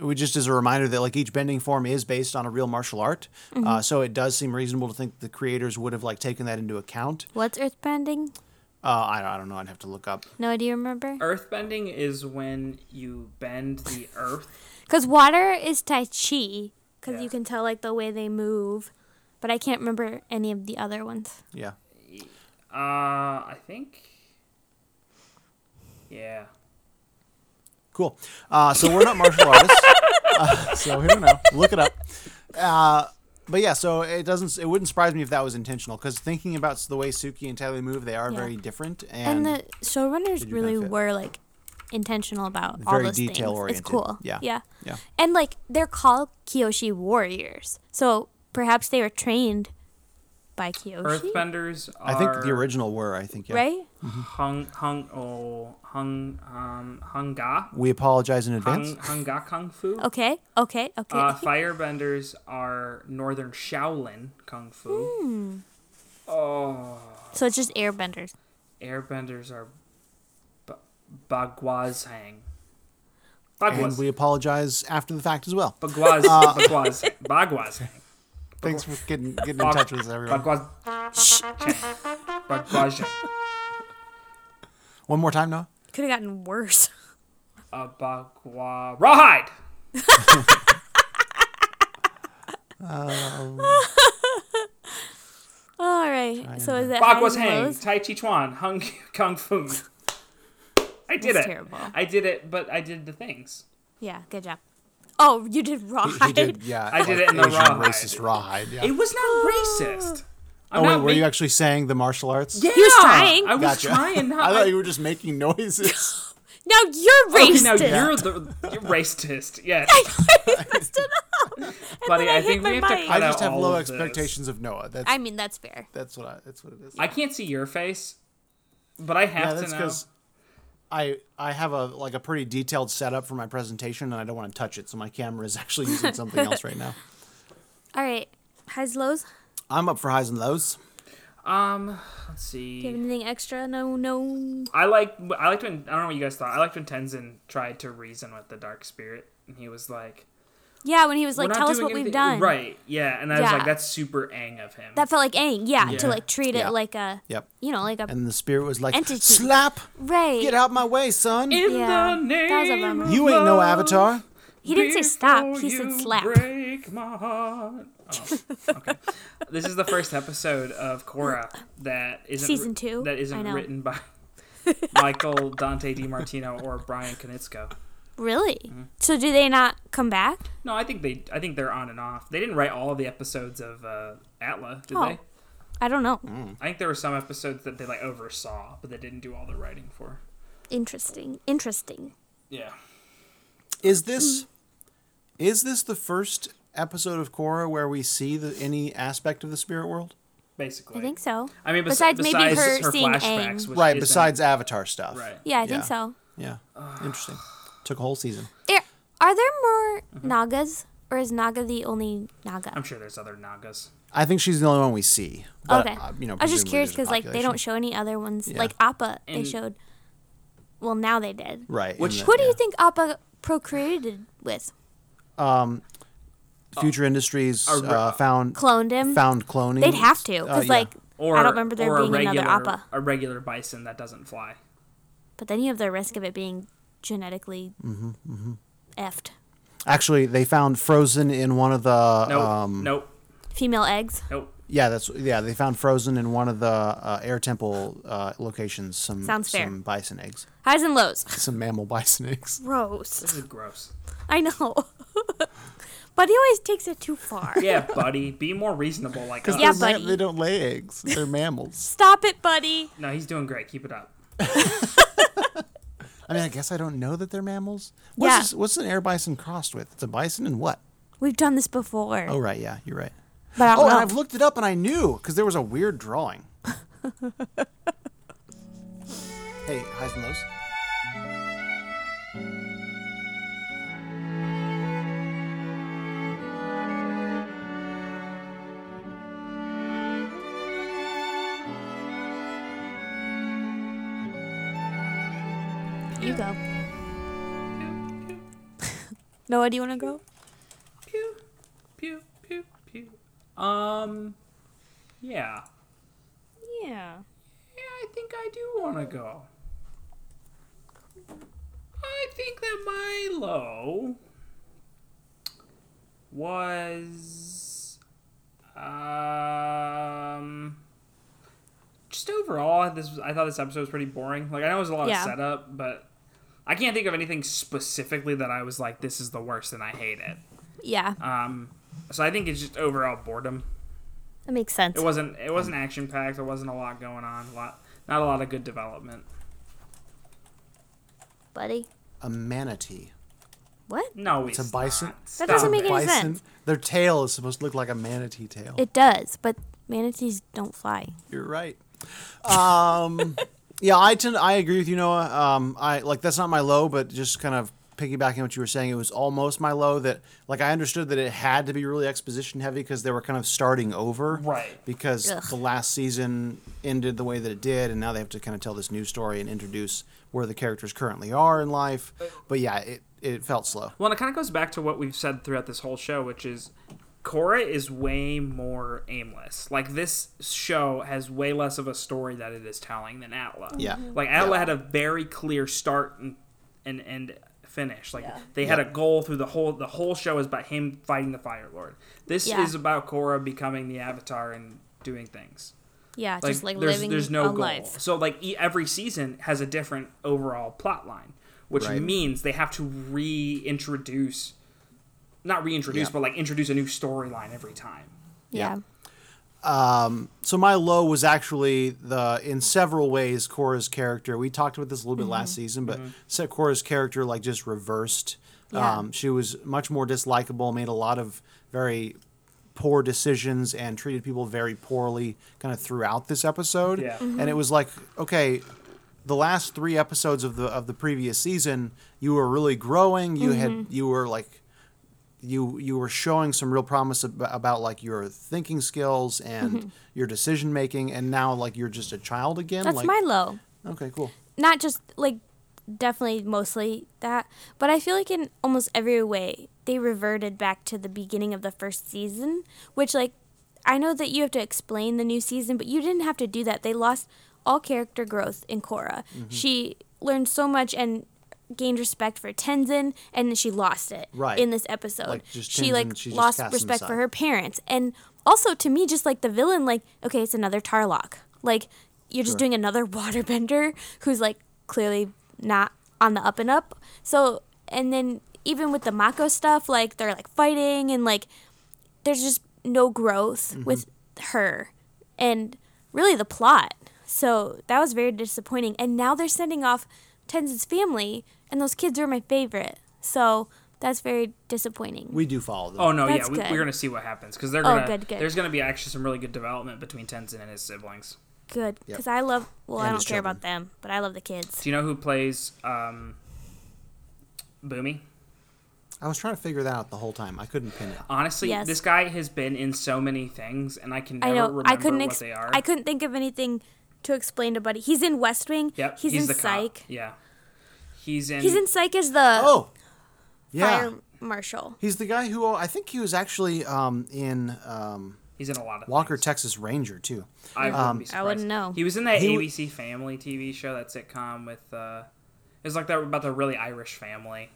[SPEAKER 3] we just as a reminder that like each bending form is based on a real martial art,
[SPEAKER 5] Mm-hmm.
[SPEAKER 3] uh, so it does seem reasonable to think the creators would have like taken that into account.
[SPEAKER 5] What's earthbending?
[SPEAKER 3] Uh, I, I don't know. I'd have to look up.
[SPEAKER 5] No, do you remember?
[SPEAKER 4] Earthbending is when you bend the earth.
[SPEAKER 5] Because water is Tai Chi. Because
[SPEAKER 4] Yeah.
[SPEAKER 5] you can tell like the way they move, but I can't remember any of the other ones.
[SPEAKER 3] Yeah.
[SPEAKER 4] Uh, I think. Yeah.
[SPEAKER 3] Cool. Uh, so we're not
[SPEAKER 5] [LAUGHS]
[SPEAKER 3] martial artists, uh, so we don't know. Look it up. Uh, but yeah, so it doesn't. It wouldn't surprise me if that was intentional because thinking about the way Suki and Tyler move, they are
[SPEAKER 5] Yeah.
[SPEAKER 3] very different and,
[SPEAKER 5] And, the showrunners
[SPEAKER 3] you
[SPEAKER 5] really
[SPEAKER 3] benefit?
[SPEAKER 5] were like intentional about all
[SPEAKER 3] Very
[SPEAKER 5] those things.
[SPEAKER 3] detail-oriented.
[SPEAKER 5] It's cool.
[SPEAKER 3] Yeah.
[SPEAKER 5] Yeah.
[SPEAKER 3] yeah,
[SPEAKER 5] And like they're called Kyoshi warriors, so perhaps they were trained by Kyoshi,
[SPEAKER 4] Earthbenders
[SPEAKER 3] I
[SPEAKER 4] are.
[SPEAKER 3] think the original were. I think yeah.
[SPEAKER 5] right?
[SPEAKER 4] Hung, hung, oh, hung, um, hunga?
[SPEAKER 3] We apologize in advance.
[SPEAKER 4] Hung, hunga kung fu?
[SPEAKER 5] Okay. Okay. Okay.
[SPEAKER 4] Uh, firebenders are northern Shaolin kung fu.
[SPEAKER 5] Hmm.
[SPEAKER 4] Oh,
[SPEAKER 5] so it's just airbenders.
[SPEAKER 4] airbenders are b- bagwazhang.
[SPEAKER 3] and
[SPEAKER 4] Bagwaz.
[SPEAKER 3] we apologize after the fact as well.
[SPEAKER 5] [LAUGHS]
[SPEAKER 4] Bagwaz.
[SPEAKER 5] Uh.
[SPEAKER 4] Bagwaz.
[SPEAKER 3] [LAUGHS]
[SPEAKER 4] Bagwazhang.
[SPEAKER 3] Thanks
[SPEAKER 4] [LAUGHS]
[SPEAKER 3] for getting getting in touch with us, everyone.
[SPEAKER 4] Bagwaz. Bagwazhang.
[SPEAKER 3] One more time, Noah.
[SPEAKER 5] Could have gotten worse. [LAUGHS]
[SPEAKER 4] A bagua. Rawhide!
[SPEAKER 5] All right. so is that highs and
[SPEAKER 4] Bagwazhang.
[SPEAKER 5] lows?
[SPEAKER 4] Tai Chi Chuan. Hung [LAUGHS] Kung Fu. I did
[SPEAKER 5] That's
[SPEAKER 4] it.
[SPEAKER 5] terrible.
[SPEAKER 4] I did it, but I did the things.
[SPEAKER 5] Yeah. Good job. Oh, you did [LAUGHS] raw.
[SPEAKER 3] He did, yeah.
[SPEAKER 4] [LAUGHS] I did it in the
[SPEAKER 3] Asian
[SPEAKER 4] rawhide.
[SPEAKER 3] racist rawhide. Yeah.
[SPEAKER 4] It was
[SPEAKER 5] Ah.
[SPEAKER 4] not racist. I'm
[SPEAKER 3] oh wait,
[SPEAKER 4] not
[SPEAKER 3] were you
[SPEAKER 4] ma-
[SPEAKER 3] actually saying the martial arts?
[SPEAKER 4] Yeah,
[SPEAKER 5] He was trying.
[SPEAKER 4] I was
[SPEAKER 3] Gotcha.
[SPEAKER 4] trying. Not,
[SPEAKER 3] [LAUGHS] I thought you were just making [LAUGHS] noises.
[SPEAKER 5] Now you're
[SPEAKER 4] okay,
[SPEAKER 5] racist.
[SPEAKER 4] now you're the you're racist.
[SPEAKER 5] [LAUGHS]
[SPEAKER 4] Yes, buddy. [LAUGHS]
[SPEAKER 5] then I
[SPEAKER 4] I think
[SPEAKER 5] hit
[SPEAKER 4] we have
[SPEAKER 5] my
[SPEAKER 4] to
[SPEAKER 5] mic.
[SPEAKER 4] cut
[SPEAKER 3] I just
[SPEAKER 4] out
[SPEAKER 3] have
[SPEAKER 4] all
[SPEAKER 3] low
[SPEAKER 4] of this.
[SPEAKER 3] expectations of Noah. That's
[SPEAKER 5] I mean, that's fair.
[SPEAKER 3] that's what I that's what it is.
[SPEAKER 4] I can't see your face, but I
[SPEAKER 3] yeah,
[SPEAKER 4] have
[SPEAKER 3] that's
[SPEAKER 4] to know.
[SPEAKER 3] because I I have a like a pretty detailed setup for my presentation, and I don't want to touch it, so my camera is actually using something else right now.
[SPEAKER 5] All right. Highs, lows.
[SPEAKER 3] I'm up for highs and lows.
[SPEAKER 4] Um, let's
[SPEAKER 5] Do you
[SPEAKER 4] see.
[SPEAKER 5] have anything extra? No, no.
[SPEAKER 4] I like I liked when I don't know what you guys thought. I liked when Tenzin tried to reason with the dark spirit, and he was like,
[SPEAKER 5] Yeah, when he was
[SPEAKER 4] "We're
[SPEAKER 5] like,
[SPEAKER 4] not
[SPEAKER 5] "Tell us
[SPEAKER 4] doing
[SPEAKER 5] what we've
[SPEAKER 4] anything-"
[SPEAKER 5] done."
[SPEAKER 4] Right? Yeah, and I was
[SPEAKER 5] Yeah.
[SPEAKER 4] like, that's super ang of him.
[SPEAKER 5] That felt like Aang. Yeah,
[SPEAKER 4] Yeah.
[SPEAKER 5] to like treat it
[SPEAKER 3] Yeah.
[SPEAKER 5] like a,
[SPEAKER 3] Yep.
[SPEAKER 5] you know, like a
[SPEAKER 3] And the spirit was like,
[SPEAKER 5] Entity.
[SPEAKER 3] "Slap!
[SPEAKER 5] right.
[SPEAKER 3] Get out my way, son!
[SPEAKER 4] In
[SPEAKER 5] Yeah,
[SPEAKER 4] the
[SPEAKER 5] that was a
[SPEAKER 4] name
[SPEAKER 5] bummer.
[SPEAKER 4] of
[SPEAKER 3] you ain't no
[SPEAKER 4] love,
[SPEAKER 3] avatar."
[SPEAKER 5] He didn't say stop. He
[SPEAKER 4] Before
[SPEAKER 5] said
[SPEAKER 4] you
[SPEAKER 5] slap.
[SPEAKER 4] Break my heart. Oh, okay. [LAUGHS] this is the first episode of Cora that isn't
[SPEAKER 5] Season two?
[SPEAKER 4] that
[SPEAKER 5] I
[SPEAKER 4] isn't
[SPEAKER 5] know.
[SPEAKER 4] written
[SPEAKER 5] [LAUGHS]
[SPEAKER 4] by Michael Dante DiMartino or Brian Konitsko.
[SPEAKER 5] Really?
[SPEAKER 3] Mm-hmm.
[SPEAKER 5] So do they not come back?
[SPEAKER 4] No, I think they I think they're on and off. They didn't write all the episodes of uh, Atla, did
[SPEAKER 5] Oh.
[SPEAKER 4] they?
[SPEAKER 5] I don't know.
[SPEAKER 3] Mm.
[SPEAKER 4] I think there were some episodes that they like oversaw, but they didn't do all the writing for.
[SPEAKER 5] Interesting. Interesting.
[SPEAKER 4] Yeah.
[SPEAKER 3] Is this is this the first episode of Korra where we see the, any aspect of the spirit world?
[SPEAKER 4] Basically.
[SPEAKER 5] I think so.
[SPEAKER 4] I mean, bes-
[SPEAKER 5] Besides maybe
[SPEAKER 4] besides
[SPEAKER 5] her seeing
[SPEAKER 4] flashbacks,
[SPEAKER 5] Aang.
[SPEAKER 4] which
[SPEAKER 3] Right.
[SPEAKER 4] isn't-
[SPEAKER 3] Besides Avatar stuff.
[SPEAKER 4] Right.
[SPEAKER 5] Yeah, I
[SPEAKER 3] Yeah.
[SPEAKER 5] think so.
[SPEAKER 3] Yeah. Interesting. Took a whole season.
[SPEAKER 5] Are, are there more
[SPEAKER 3] Mm-hmm.
[SPEAKER 5] Nagas, or is Naga the only Naga?
[SPEAKER 4] I'm sure there's other Nagas.
[SPEAKER 3] I think she's the only one we see. but,
[SPEAKER 5] okay.
[SPEAKER 3] uh, you know,
[SPEAKER 5] I was just
[SPEAKER 3] presumably
[SPEAKER 5] curious
[SPEAKER 3] there's a
[SPEAKER 5] because like they don't
[SPEAKER 3] population.
[SPEAKER 5] show any other ones.
[SPEAKER 3] Yeah.
[SPEAKER 5] Like Appa, they
[SPEAKER 4] And-
[SPEAKER 5] showed. Well, now they did.
[SPEAKER 3] Right. in
[SPEAKER 4] Which-
[SPEAKER 3] the-
[SPEAKER 5] What do
[SPEAKER 3] yeah.
[SPEAKER 5] you think Appa procreated with?
[SPEAKER 3] Future Industries
[SPEAKER 4] a re-
[SPEAKER 3] uh, found
[SPEAKER 5] Cloned him.
[SPEAKER 3] found cloning.
[SPEAKER 5] They'd have to
[SPEAKER 3] Uh,
[SPEAKER 5] because
[SPEAKER 3] yeah.
[SPEAKER 5] like
[SPEAKER 4] Or
[SPEAKER 5] I don't remember there
[SPEAKER 4] or
[SPEAKER 5] being
[SPEAKER 4] a regular,
[SPEAKER 5] another Appa.
[SPEAKER 4] A regular bison that doesn't fly.
[SPEAKER 5] But then you have the risk of it being genetically
[SPEAKER 3] Mm-hmm,
[SPEAKER 5] effed.
[SPEAKER 3] Actually, they found frozen in one of the.
[SPEAKER 4] Nope.
[SPEAKER 3] Um,
[SPEAKER 4] nope.
[SPEAKER 5] Female eggs.
[SPEAKER 4] Nope.
[SPEAKER 3] Yeah, that's yeah. They found frozen in one of the uh, air temple uh, locations. Some
[SPEAKER 5] Sounds fair.
[SPEAKER 3] some bison eggs, [LAUGHS]
[SPEAKER 5] Highs and lows. [LAUGHS]
[SPEAKER 3] some mammal bison eggs.
[SPEAKER 5] Gross.
[SPEAKER 4] This is gross.
[SPEAKER 5] I know. [LAUGHS] but he always takes it too far. [LAUGHS]
[SPEAKER 4] Yeah, buddy. Be more reasonable like uh,
[SPEAKER 3] [LAUGHS]
[SPEAKER 4] us.
[SPEAKER 5] Yeah,
[SPEAKER 3] They're ma-
[SPEAKER 5] buddy.
[SPEAKER 3] They don't lay eggs. They're mammals.
[SPEAKER 5] Stop it, buddy.
[SPEAKER 4] No, he's doing great. Keep it up.
[SPEAKER 3] [LAUGHS] I mean, I guess I don't know that they're mammals. What's
[SPEAKER 5] Yeah.
[SPEAKER 3] this- what's an air bison crossed with? It's a bison and what?
[SPEAKER 5] We've done this before.
[SPEAKER 3] Oh right, yeah, you're right.
[SPEAKER 5] but I
[SPEAKER 3] Oh,
[SPEAKER 5] don't
[SPEAKER 3] and
[SPEAKER 5] know.
[SPEAKER 3] I've looked it up and I knew because there was a weird
[SPEAKER 5] [LAUGHS]
[SPEAKER 3] drawing. hey, highs and lows.
[SPEAKER 5] You go. [LAUGHS] Noah, do you want to go?
[SPEAKER 4] Pew, pew, pew, pew. Um, yeah.
[SPEAKER 5] Yeah.
[SPEAKER 4] Yeah, I think I do want to go. I think that my low was um just overall this was, I thought this episode was pretty boring. Like I know it was a lot
[SPEAKER 5] Yeah.
[SPEAKER 4] of setup, but I can't think of anything specifically that I was like this is the worst and I hate it.
[SPEAKER 5] Yeah.
[SPEAKER 4] Um so I think it's just overall boredom.
[SPEAKER 5] That makes sense.
[SPEAKER 4] It wasn't it wasn't action packed. There wasn't a lot going on. A lot not a lot of good development.
[SPEAKER 5] buddy.
[SPEAKER 3] A manatee.
[SPEAKER 5] What?
[SPEAKER 4] No, it's,
[SPEAKER 3] a bison.
[SPEAKER 4] Not.
[SPEAKER 5] That doesn't
[SPEAKER 4] Stop
[SPEAKER 5] make
[SPEAKER 4] it.
[SPEAKER 5] any
[SPEAKER 3] Bison.
[SPEAKER 5] sense.
[SPEAKER 3] Their tail is supposed to look like a manatee tail.
[SPEAKER 5] It does, but manatees don't fly.
[SPEAKER 3] You're right. Um, [LAUGHS] yeah, I tend I agree with you, Noah. Um, I like that's not my low, but just kind of piggybacking what you were saying, it was almost my low. That like I understood that it had to be really exposition heavy because they were kind of starting over,
[SPEAKER 4] Right.
[SPEAKER 3] Because
[SPEAKER 5] Ugh.
[SPEAKER 3] the last season ended the way that it did, and now they have to kind of tell this new story and introduce where the characters currently are in life. But yeah, it it felt slow.
[SPEAKER 4] Well, and it kind of goes back to what we've said throughout this whole show, which is Cora is way more aimless. Like this show has way less of a story that it is telling than Atla.
[SPEAKER 3] Yeah.
[SPEAKER 5] Mm-hmm.
[SPEAKER 3] Mhm.
[SPEAKER 4] Like Atla
[SPEAKER 3] Yeah.
[SPEAKER 4] had a very clear start and and, and finish. Like they had a goal through the whole the whole show is about him fighting the Fire Lord. This
[SPEAKER 5] Yeah.
[SPEAKER 4] is about Cora becoming the Avatar and doing things.
[SPEAKER 5] Yeah,
[SPEAKER 4] like,
[SPEAKER 5] just like
[SPEAKER 4] there's,
[SPEAKER 5] living
[SPEAKER 4] there's no
[SPEAKER 5] a
[SPEAKER 4] goal.
[SPEAKER 5] life.
[SPEAKER 4] So like e- every season has a different overall plot line, which
[SPEAKER 3] Right.
[SPEAKER 4] means they have to reintroduce, not reintroduce,
[SPEAKER 3] Yeah.
[SPEAKER 4] but like introduce a new storyline every time.
[SPEAKER 5] Yeah.
[SPEAKER 3] so my low was actually the in several ways Cora's character. We talked about this a little bit last season, but so Cora's character like just reversed.
[SPEAKER 5] Yeah.
[SPEAKER 3] Um, she was much more dislikable, made a lot of very poor decisions, and treated people very poorly kind of throughout this episode.
[SPEAKER 4] Yeah.
[SPEAKER 3] And it was like, okay, the last three episodes of the of the previous season, you were really growing. You had you were like you you were showing some real promise ab- about like your thinking skills and
[SPEAKER 5] Mm-hmm.
[SPEAKER 3] your decision making and now like you're just a child again
[SPEAKER 5] That's
[SPEAKER 3] like
[SPEAKER 5] my low.
[SPEAKER 3] okay cool
[SPEAKER 5] Not just like definitely mostly that, but I feel like in almost every way they reverted back to the beginning of the first season, which like I know that you have to explain the new season, but you didn't have to do that. They lost all character growth in Korra. She learned so much and gained respect for Tenzin and then she lost it
[SPEAKER 3] Right.
[SPEAKER 5] in this episode.
[SPEAKER 3] Like, just
[SPEAKER 5] she
[SPEAKER 3] Tenzin,
[SPEAKER 5] like
[SPEAKER 3] she just
[SPEAKER 5] lost
[SPEAKER 3] cast him
[SPEAKER 5] respect
[SPEAKER 3] aside.
[SPEAKER 5] for her parents and also to me just like the villain like okay, it's another Tarlock. Like you're just doing another [LAUGHS] waterbender who's like clearly not on the up and up. So and then even with the Mako stuff, like they're like fighting and like there's just no growth
[SPEAKER 3] Mm-hmm.
[SPEAKER 5] with her and really the plot. So that was very disappointing. And now they're sending off Tenzin's family, and those kids were my favorite. So that's very disappointing.
[SPEAKER 3] we do follow them
[SPEAKER 4] Oh no,
[SPEAKER 5] That's
[SPEAKER 4] yeah, we,
[SPEAKER 5] good.
[SPEAKER 4] we're gonna see what happens because they're
[SPEAKER 5] Oh,
[SPEAKER 4] gonna.
[SPEAKER 5] good, good.
[SPEAKER 4] There's gonna be actually some really good development between Tenzin and his siblings.
[SPEAKER 5] Good, because I love. Well, I
[SPEAKER 3] And
[SPEAKER 5] don't
[SPEAKER 3] his
[SPEAKER 5] care about them, but I love the kids.
[SPEAKER 4] Do you know who plays um, Boomy?
[SPEAKER 3] i was trying to figure that out the whole time i couldn't pin
[SPEAKER 5] Uh,
[SPEAKER 3] it
[SPEAKER 4] Honestly,
[SPEAKER 5] Yes.
[SPEAKER 4] this guy has been in so many things, and I can never
[SPEAKER 5] I know.
[SPEAKER 4] remember
[SPEAKER 5] I couldn't.
[SPEAKER 4] what
[SPEAKER 5] Ex-
[SPEAKER 4] they are.
[SPEAKER 5] I couldn't think of anything to explain to Buddy. He's in West Wing.
[SPEAKER 4] Yep,
[SPEAKER 5] He's, in
[SPEAKER 4] the cop.
[SPEAKER 5] Psych.
[SPEAKER 4] Yeah, he's in.
[SPEAKER 5] He's in Psych as the
[SPEAKER 3] oh yeah
[SPEAKER 5] fire marshal.
[SPEAKER 3] [LAUGHS] he's the guy who i think he was actually um in um
[SPEAKER 4] He's in a lot of
[SPEAKER 3] Walker,
[SPEAKER 4] things.
[SPEAKER 3] Texas Ranger too.
[SPEAKER 4] I wouldn't
[SPEAKER 3] Um,
[SPEAKER 4] be
[SPEAKER 5] I
[SPEAKER 4] surprised.
[SPEAKER 5] wouldn't know.
[SPEAKER 4] He was in that
[SPEAKER 3] He w-
[SPEAKER 4] ABC Family TV show, that sitcom with. Uh, it was like that about the really Irish family.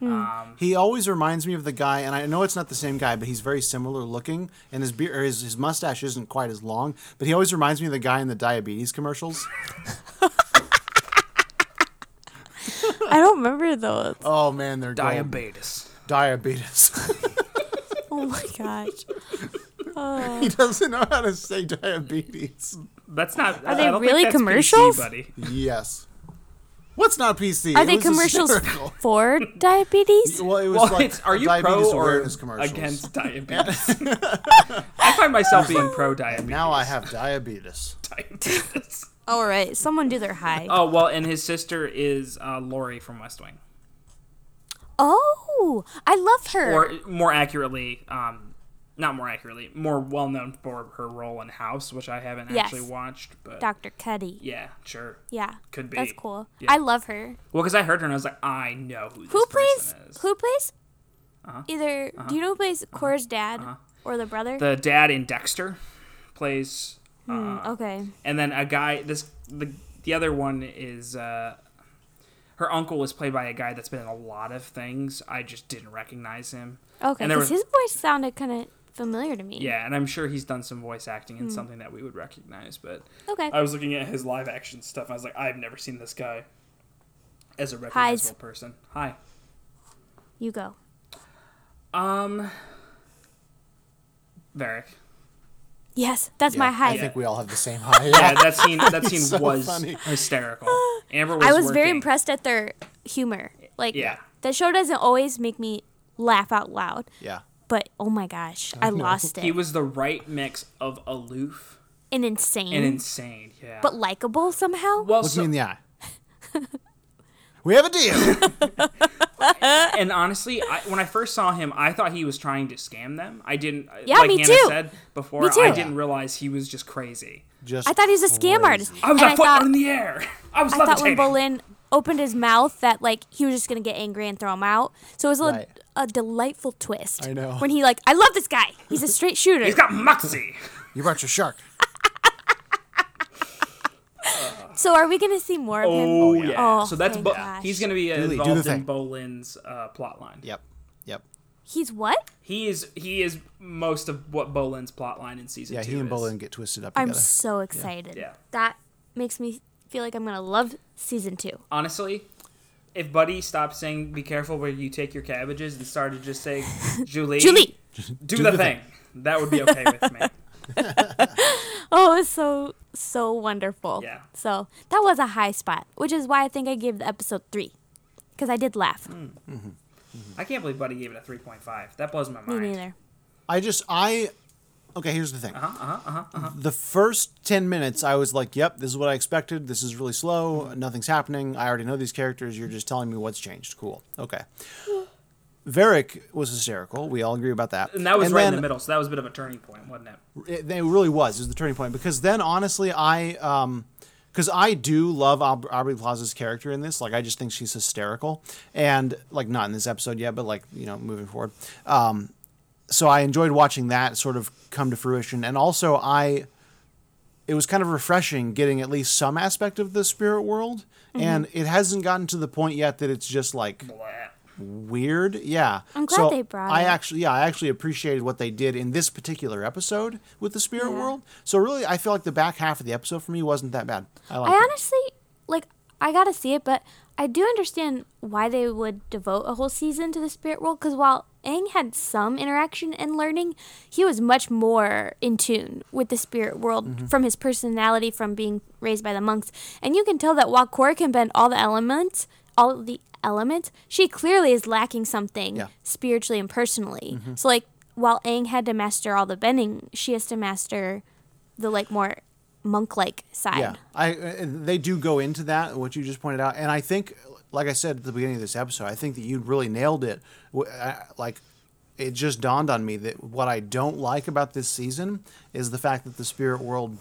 [SPEAKER 4] Um,
[SPEAKER 3] He always reminds me of the guy, and I know it's not the same guy, but he's very similar looking, and his beard, or his, his mustache isn't quite as long, but he always reminds me of the guy in the diabetes
[SPEAKER 4] [LAUGHS]
[SPEAKER 3] commercials.
[SPEAKER 5] I don't remember those.
[SPEAKER 3] Oh man, they're gold.
[SPEAKER 4] diabetes.
[SPEAKER 3] diabetes. [LAUGHS]
[SPEAKER 5] Oh my gosh. Oh.
[SPEAKER 3] he doesn't know how to say diabetes.
[SPEAKER 4] That's not.
[SPEAKER 5] they
[SPEAKER 4] I don't
[SPEAKER 5] really
[SPEAKER 4] think that's
[SPEAKER 5] commercials?
[SPEAKER 4] PC, buddy.
[SPEAKER 3] Yes. What's not PC?
[SPEAKER 5] Are
[SPEAKER 3] It
[SPEAKER 5] they
[SPEAKER 3] was
[SPEAKER 5] commercials
[SPEAKER 3] hysterical.
[SPEAKER 4] [LAUGHS]
[SPEAKER 5] for diabetes?
[SPEAKER 3] [LAUGHS] Well, it was
[SPEAKER 4] Well,
[SPEAKER 3] like
[SPEAKER 4] it's, are
[SPEAKER 3] a
[SPEAKER 4] you pro
[SPEAKER 3] diabetes
[SPEAKER 4] or
[SPEAKER 3] awareness commercials. [LAUGHS]
[SPEAKER 4] against diabetes? I find myself being pro diabetes.
[SPEAKER 3] Now I have diabetes.
[SPEAKER 4] diabetes.
[SPEAKER 5] All right, someone do their high.
[SPEAKER 4] [LAUGHS] Oh well, and his sister is uh, Lori from West Wing,
[SPEAKER 5] Oh, I love her.
[SPEAKER 4] or more accurately, um, not more accurately, more well known for her role in House, which I haven't
[SPEAKER 5] Yes.
[SPEAKER 4] actually watched. But
[SPEAKER 5] Dr. Cuddy.
[SPEAKER 4] yeah, sure.
[SPEAKER 5] Yeah.
[SPEAKER 4] Could be.
[SPEAKER 5] That's cool.
[SPEAKER 4] Yeah.
[SPEAKER 5] I love her.
[SPEAKER 4] Well, because I heard her and I was like, I know who this
[SPEAKER 5] Who plays
[SPEAKER 4] person is. Uh-huh.
[SPEAKER 5] who plays? Either do you know who plays Cora's dad or the brother?
[SPEAKER 4] The dad in Dexter plays,
[SPEAKER 5] okay.
[SPEAKER 4] and then a guy. This the the other one is. Uh, her uncle was played by a guy that's been in a lot of things. I just didn't recognize him.
[SPEAKER 5] Okay,
[SPEAKER 4] and there
[SPEAKER 5] because
[SPEAKER 4] was-
[SPEAKER 5] his voice sounded kind of familiar to me.
[SPEAKER 4] Yeah, and I'm sure he's done some voice acting in something that we would recognize, but
[SPEAKER 5] Okay.
[SPEAKER 4] I was looking at his live action stuff and I was like, I've never seen this guy as a recognizable
[SPEAKER 5] Hi's-
[SPEAKER 4] person. Hi.
[SPEAKER 5] You go.
[SPEAKER 4] Um Varric.
[SPEAKER 5] Yes, that's my
[SPEAKER 3] Yeah,
[SPEAKER 5] high.
[SPEAKER 3] I think we all have the same high. Yeah.
[SPEAKER 4] Yeah, that
[SPEAKER 5] [LAUGHS]
[SPEAKER 4] scene that scene
[SPEAKER 3] so
[SPEAKER 4] was
[SPEAKER 3] funny.
[SPEAKER 5] [GASPS]
[SPEAKER 4] hysterical. Amber was
[SPEAKER 5] I was very
[SPEAKER 4] working.
[SPEAKER 5] impressed at their humor. Like
[SPEAKER 4] Yeah.
[SPEAKER 5] the show doesn't always make me laugh out loud,
[SPEAKER 3] yeah.
[SPEAKER 5] but oh my gosh, I, lost it.
[SPEAKER 4] He was the right mix of aloof
[SPEAKER 5] and insane,
[SPEAKER 4] and insane. Yeah.
[SPEAKER 5] Mm-hmm. but likable somehow.
[SPEAKER 4] well,
[SPEAKER 3] Look
[SPEAKER 4] so-
[SPEAKER 3] me in the eye. we have a deal.
[SPEAKER 4] and honestly, I, when I first saw him, I thought he was trying to scam them. I didn't. uh,
[SPEAKER 5] Yeah,
[SPEAKER 4] like
[SPEAKER 5] me
[SPEAKER 4] Hannah
[SPEAKER 5] too.
[SPEAKER 4] said before,
[SPEAKER 5] Me too.
[SPEAKER 4] I didn't realize he was just crazy.
[SPEAKER 3] [LAUGHS] Just
[SPEAKER 5] I thought he was a scam
[SPEAKER 3] crazy.
[SPEAKER 5] artist.
[SPEAKER 4] I was
[SPEAKER 5] and
[SPEAKER 4] a
[SPEAKER 5] I
[SPEAKER 4] foot
[SPEAKER 5] thought,
[SPEAKER 4] in the air. I was
[SPEAKER 5] I thought when
[SPEAKER 4] levitating.
[SPEAKER 5] Bolin opened his mouth that like he was just gonna get angry and throw him out. So it was a,
[SPEAKER 3] Right.
[SPEAKER 5] a delightful twist.
[SPEAKER 3] I know.
[SPEAKER 5] When he like, I love this guy. He's
[SPEAKER 4] [LAUGHS]
[SPEAKER 5] a straight shooter.
[SPEAKER 4] He's got moxie.
[SPEAKER 3] You brought your shark.
[SPEAKER 5] so are we gonna see more of him? yeah. Oh,
[SPEAKER 4] so that's
[SPEAKER 5] thank
[SPEAKER 4] Bo-
[SPEAKER 5] gosh.
[SPEAKER 4] he's going to be
[SPEAKER 3] the
[SPEAKER 4] involved in
[SPEAKER 3] thing.
[SPEAKER 4] Bolin's uh, plot line.
[SPEAKER 3] Yep. Yep.
[SPEAKER 5] He's what?
[SPEAKER 4] He is he is most of what Bolin's plot line in season
[SPEAKER 3] Yeah,
[SPEAKER 4] two
[SPEAKER 3] he and
[SPEAKER 4] is.
[SPEAKER 3] Bolin get twisted up
[SPEAKER 5] I'm
[SPEAKER 3] together.
[SPEAKER 5] so excited.
[SPEAKER 4] Yeah.
[SPEAKER 5] That makes me feel like I'm gonna love season two.
[SPEAKER 4] Honestly, if Buddy stopped saying "Be careful where you take your cabbages" and started just
[SPEAKER 5] [LAUGHS]
[SPEAKER 4] saying "Julie,
[SPEAKER 5] Julie.
[SPEAKER 4] do, the, thing," that would be okay with me. [LAUGHS]
[SPEAKER 5] Oh, it's so so wonderful.
[SPEAKER 4] Yeah.
[SPEAKER 5] So that was a high spot, which is why I think I gave the episode three, because I did laugh.
[SPEAKER 4] Mm. I can't believe Buddy gave it a three point five. That blows my
[SPEAKER 5] Me
[SPEAKER 4] mind.
[SPEAKER 5] neither.
[SPEAKER 3] I just I okay. Here's the
[SPEAKER 4] Uh-huh,
[SPEAKER 3] thing. The first ten minutes, I was like, "Yep, this is what I expected. This is really slow.
[SPEAKER 4] Mm-hmm.
[SPEAKER 3] Nothing's happening. I already know these characters. You're just telling me what's changed. Cool. Okay." Varric was hysterical. We all agree about that.
[SPEAKER 4] And that was right in
[SPEAKER 3] then-
[SPEAKER 4] the middle, so that was a bit of a turning point, wasn't it?
[SPEAKER 3] it, it really was. It was the turning point because then honestly, I um, because I do love Aub- Aubrey Plaza's character in this. Like, I just think she's hysterical, and like not in this episode yet, but like you know, moving forward. Um, so I enjoyed watching that sort of come to fruition, and also I it was kind of refreshing getting at least some aspect of the spirit world. And it hasn't gotten to the point yet that it's just like
[SPEAKER 4] Blah.
[SPEAKER 3] weird. Yeah.
[SPEAKER 5] I'm glad they brought
[SPEAKER 3] I
[SPEAKER 5] it.
[SPEAKER 3] actually yeah, I actually appreciated what they did in this particular episode with the spirit
[SPEAKER 5] Yeah.
[SPEAKER 3] world. So really I feel like the back half of the episode for me wasn't that bad. I like
[SPEAKER 5] I honestly like I gotta see it, but I do understand why they would devote a whole season to the spirit world. Because while Aang had some interaction and learning, he was much more in tune with the spirit world
[SPEAKER 3] Mm-hmm.
[SPEAKER 5] from his personality, from being raised by the monks. And you can tell that while Korra can bend all the elements, all the elements, she clearly is lacking something
[SPEAKER 3] Yeah. Mm-hmm.
[SPEAKER 5] spiritually and personally. So like while Aang had to master all the bending, she has to master the like more monk-like side.
[SPEAKER 3] it. Yeah. I uh, they do go into that what you just pointed out and I think like I said at the beginning of this episode, I think that you really nailed it. W- I- Like it just dawned on me that what I don't like about this season is the fact that the spirit world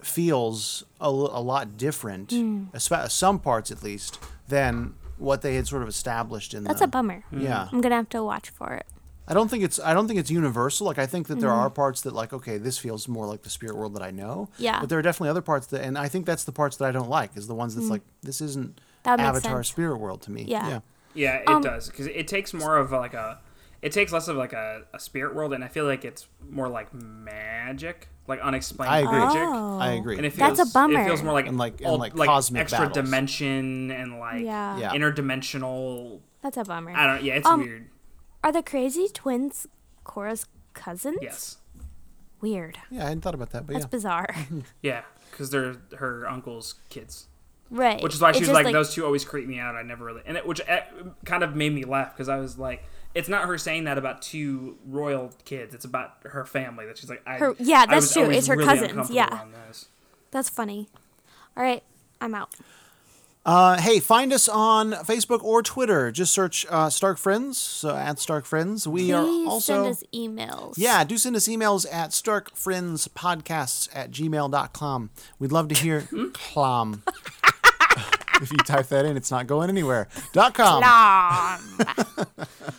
[SPEAKER 3] feels a, l- a lot different,
[SPEAKER 5] Mm.
[SPEAKER 3] espe- some parts at least, than what they had sort of established in
[SPEAKER 5] That's
[SPEAKER 3] the.
[SPEAKER 5] a bummer.
[SPEAKER 3] Mm. Yeah.
[SPEAKER 5] I'm gonna have to watch for it.
[SPEAKER 3] I don't think it's I don't think it's universal. Like I think that there
[SPEAKER 5] Mm-hmm.
[SPEAKER 3] are parts that like okay, this feels more like the spirit world that I know.
[SPEAKER 5] Yeah.
[SPEAKER 3] But there are definitely other parts that, and I think that's the parts that I don't like is the ones that's like this isn't
[SPEAKER 5] Mm. That makes
[SPEAKER 3] Avatar
[SPEAKER 5] sense.
[SPEAKER 3] spirit world to me.
[SPEAKER 5] Yeah.
[SPEAKER 4] Yeah,
[SPEAKER 5] Um,
[SPEAKER 4] it does because it takes more of like a, it takes less of like a, a spirit world, and I feel like it's more like magic, like unexplained
[SPEAKER 3] I agree.
[SPEAKER 4] magic.
[SPEAKER 5] Oh.
[SPEAKER 3] I agree.
[SPEAKER 4] And it feels,
[SPEAKER 5] That's a
[SPEAKER 4] It feels
[SPEAKER 5] bummer.
[SPEAKER 4] more like
[SPEAKER 3] And like- and
[SPEAKER 4] all-
[SPEAKER 3] like cosmic
[SPEAKER 4] extra
[SPEAKER 3] battles.
[SPEAKER 4] dimension and like
[SPEAKER 5] Yeah.
[SPEAKER 3] Yeah.
[SPEAKER 4] interdimensional.
[SPEAKER 5] That's a bummer.
[SPEAKER 4] I don't. Yeah, it's
[SPEAKER 5] Um,
[SPEAKER 4] weird.
[SPEAKER 5] Are the crazy twins Cora's cousins?
[SPEAKER 4] Yes.
[SPEAKER 5] Weird.
[SPEAKER 3] yeah, I hadn't thought about that, but
[SPEAKER 5] That's
[SPEAKER 3] yeah. [LAUGHS]
[SPEAKER 5] bizarre. [LAUGHS]
[SPEAKER 4] Yeah, because they're her uncle's kids,
[SPEAKER 5] right.
[SPEAKER 4] which is why
[SPEAKER 5] It's
[SPEAKER 4] she was
[SPEAKER 5] just
[SPEAKER 4] like, "Those two always creep me out. I never really." And it, which eh, kind of made me laugh because I was like, "It's not her saying that about two royal kids. It's about her family that she's like." I,
[SPEAKER 5] Her- yeah,
[SPEAKER 4] I
[SPEAKER 5] that's
[SPEAKER 4] was
[SPEAKER 5] true.
[SPEAKER 4] always
[SPEAKER 5] It's her
[SPEAKER 4] really
[SPEAKER 5] cousins,
[SPEAKER 4] uncomfortable
[SPEAKER 5] yeah.
[SPEAKER 4] around those."
[SPEAKER 5] That's funny. All right, I'm out.
[SPEAKER 3] Uh, hey, find us on Facebook or Twitter. Just search uh, Stark Friends. So at Stark Friends, we are
[SPEAKER 5] Please
[SPEAKER 3] also
[SPEAKER 5] send us emails.
[SPEAKER 3] Yeah, do send us emails at starkfriendspodcasts at gmail.com. We'd love to hear
[SPEAKER 5] Hmm?
[SPEAKER 3] clom. [LAUGHS] if you type that in, it's not going anywhere. Dot com.
[SPEAKER 5] Um,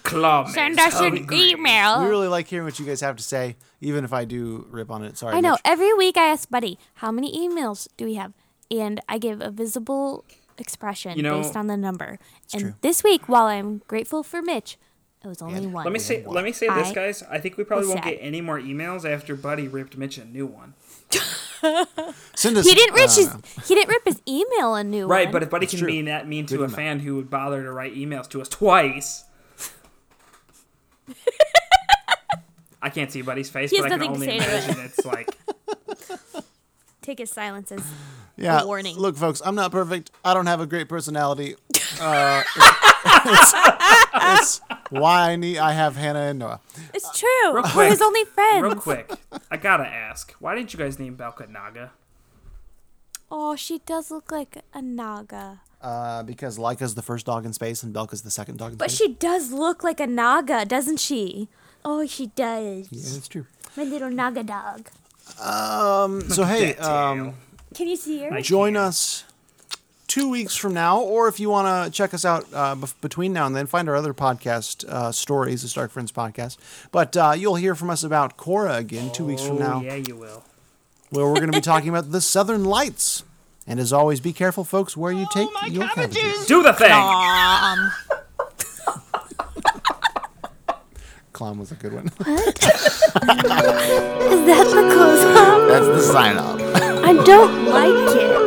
[SPEAKER 4] Claw
[SPEAKER 5] [LAUGHS]
[SPEAKER 4] Oh,
[SPEAKER 5] send
[SPEAKER 4] mates.
[SPEAKER 5] us
[SPEAKER 3] Oh,
[SPEAKER 5] an email.
[SPEAKER 3] We really like hearing what you guys have to say, even if I do rip on it. Sorry.
[SPEAKER 5] I know.
[SPEAKER 3] Mitch.
[SPEAKER 5] Every week I ask Buddy, how many emails do we have? And I give a visible expression
[SPEAKER 4] You know-
[SPEAKER 5] based on the number. And this week, while I'm grateful for Mitch, it was only one.
[SPEAKER 4] Let me say. Let me say this,
[SPEAKER 5] I
[SPEAKER 4] guys. I think we probably
[SPEAKER 5] was
[SPEAKER 4] won't
[SPEAKER 5] sad.
[SPEAKER 4] get any more emails after Buddy ripped Mitch a new one.
[SPEAKER 3] Send us.
[SPEAKER 5] He didn't rip
[SPEAKER 3] uh,
[SPEAKER 5] his he didn't rip his email a new
[SPEAKER 4] Right,
[SPEAKER 5] one.
[SPEAKER 4] but if Buddy can
[SPEAKER 3] true.
[SPEAKER 4] be that mean to
[SPEAKER 3] Good
[SPEAKER 4] a
[SPEAKER 3] enough.
[SPEAKER 4] fan who would bother to write emails to us
[SPEAKER 5] [LAUGHS]
[SPEAKER 4] twice. I can't see Buddy's face,
[SPEAKER 5] He has
[SPEAKER 4] but I can
[SPEAKER 5] nothing to
[SPEAKER 4] only
[SPEAKER 5] say to that.
[SPEAKER 4] imagine it's
[SPEAKER 5] [LAUGHS]
[SPEAKER 4] like
[SPEAKER 5] take his [GASPS] silences.
[SPEAKER 3] yeah,
[SPEAKER 5] a warning.
[SPEAKER 3] Look, folks, I'm not perfect. I don't have a great
[SPEAKER 5] [LAUGHS]
[SPEAKER 3] personality. Uh, it's, it's why I need. I have Hannah and Noah.
[SPEAKER 5] It's true. We're
[SPEAKER 4] quick.
[SPEAKER 5] his only friends.
[SPEAKER 4] real quick. I gotta ask, why didn't you guys name Belka Naga?
[SPEAKER 5] Oh, she does look like a naga.
[SPEAKER 3] Uh, because Laika's the first dog in space and Belka's the second dog in
[SPEAKER 5] But
[SPEAKER 3] space.
[SPEAKER 5] she does look like a naga, doesn't she? Oh, she does.
[SPEAKER 3] yeah, that's true.
[SPEAKER 5] My little naga dog.
[SPEAKER 3] So hey,
[SPEAKER 4] That
[SPEAKER 3] um,
[SPEAKER 4] tail.
[SPEAKER 5] Can you see her?
[SPEAKER 3] join us two weeks from now, or if you want to check us out uh, bef- between now and then, find our other podcast, uh, Stories, the Stark Friends podcast. But uh, you'll hear from us about Cora again two weeks from
[SPEAKER 4] Oh,
[SPEAKER 3] now,
[SPEAKER 4] yeah, you will.
[SPEAKER 3] where we're going to be [LAUGHS] talking about the Southern Lights. And as always, be careful, folks, where you take your cabbages.
[SPEAKER 4] Do the thing.
[SPEAKER 3] Clown was a good one. [LAUGHS]
[SPEAKER 5] Is that the close up?
[SPEAKER 3] That's the sign off.
[SPEAKER 5] I don't like it.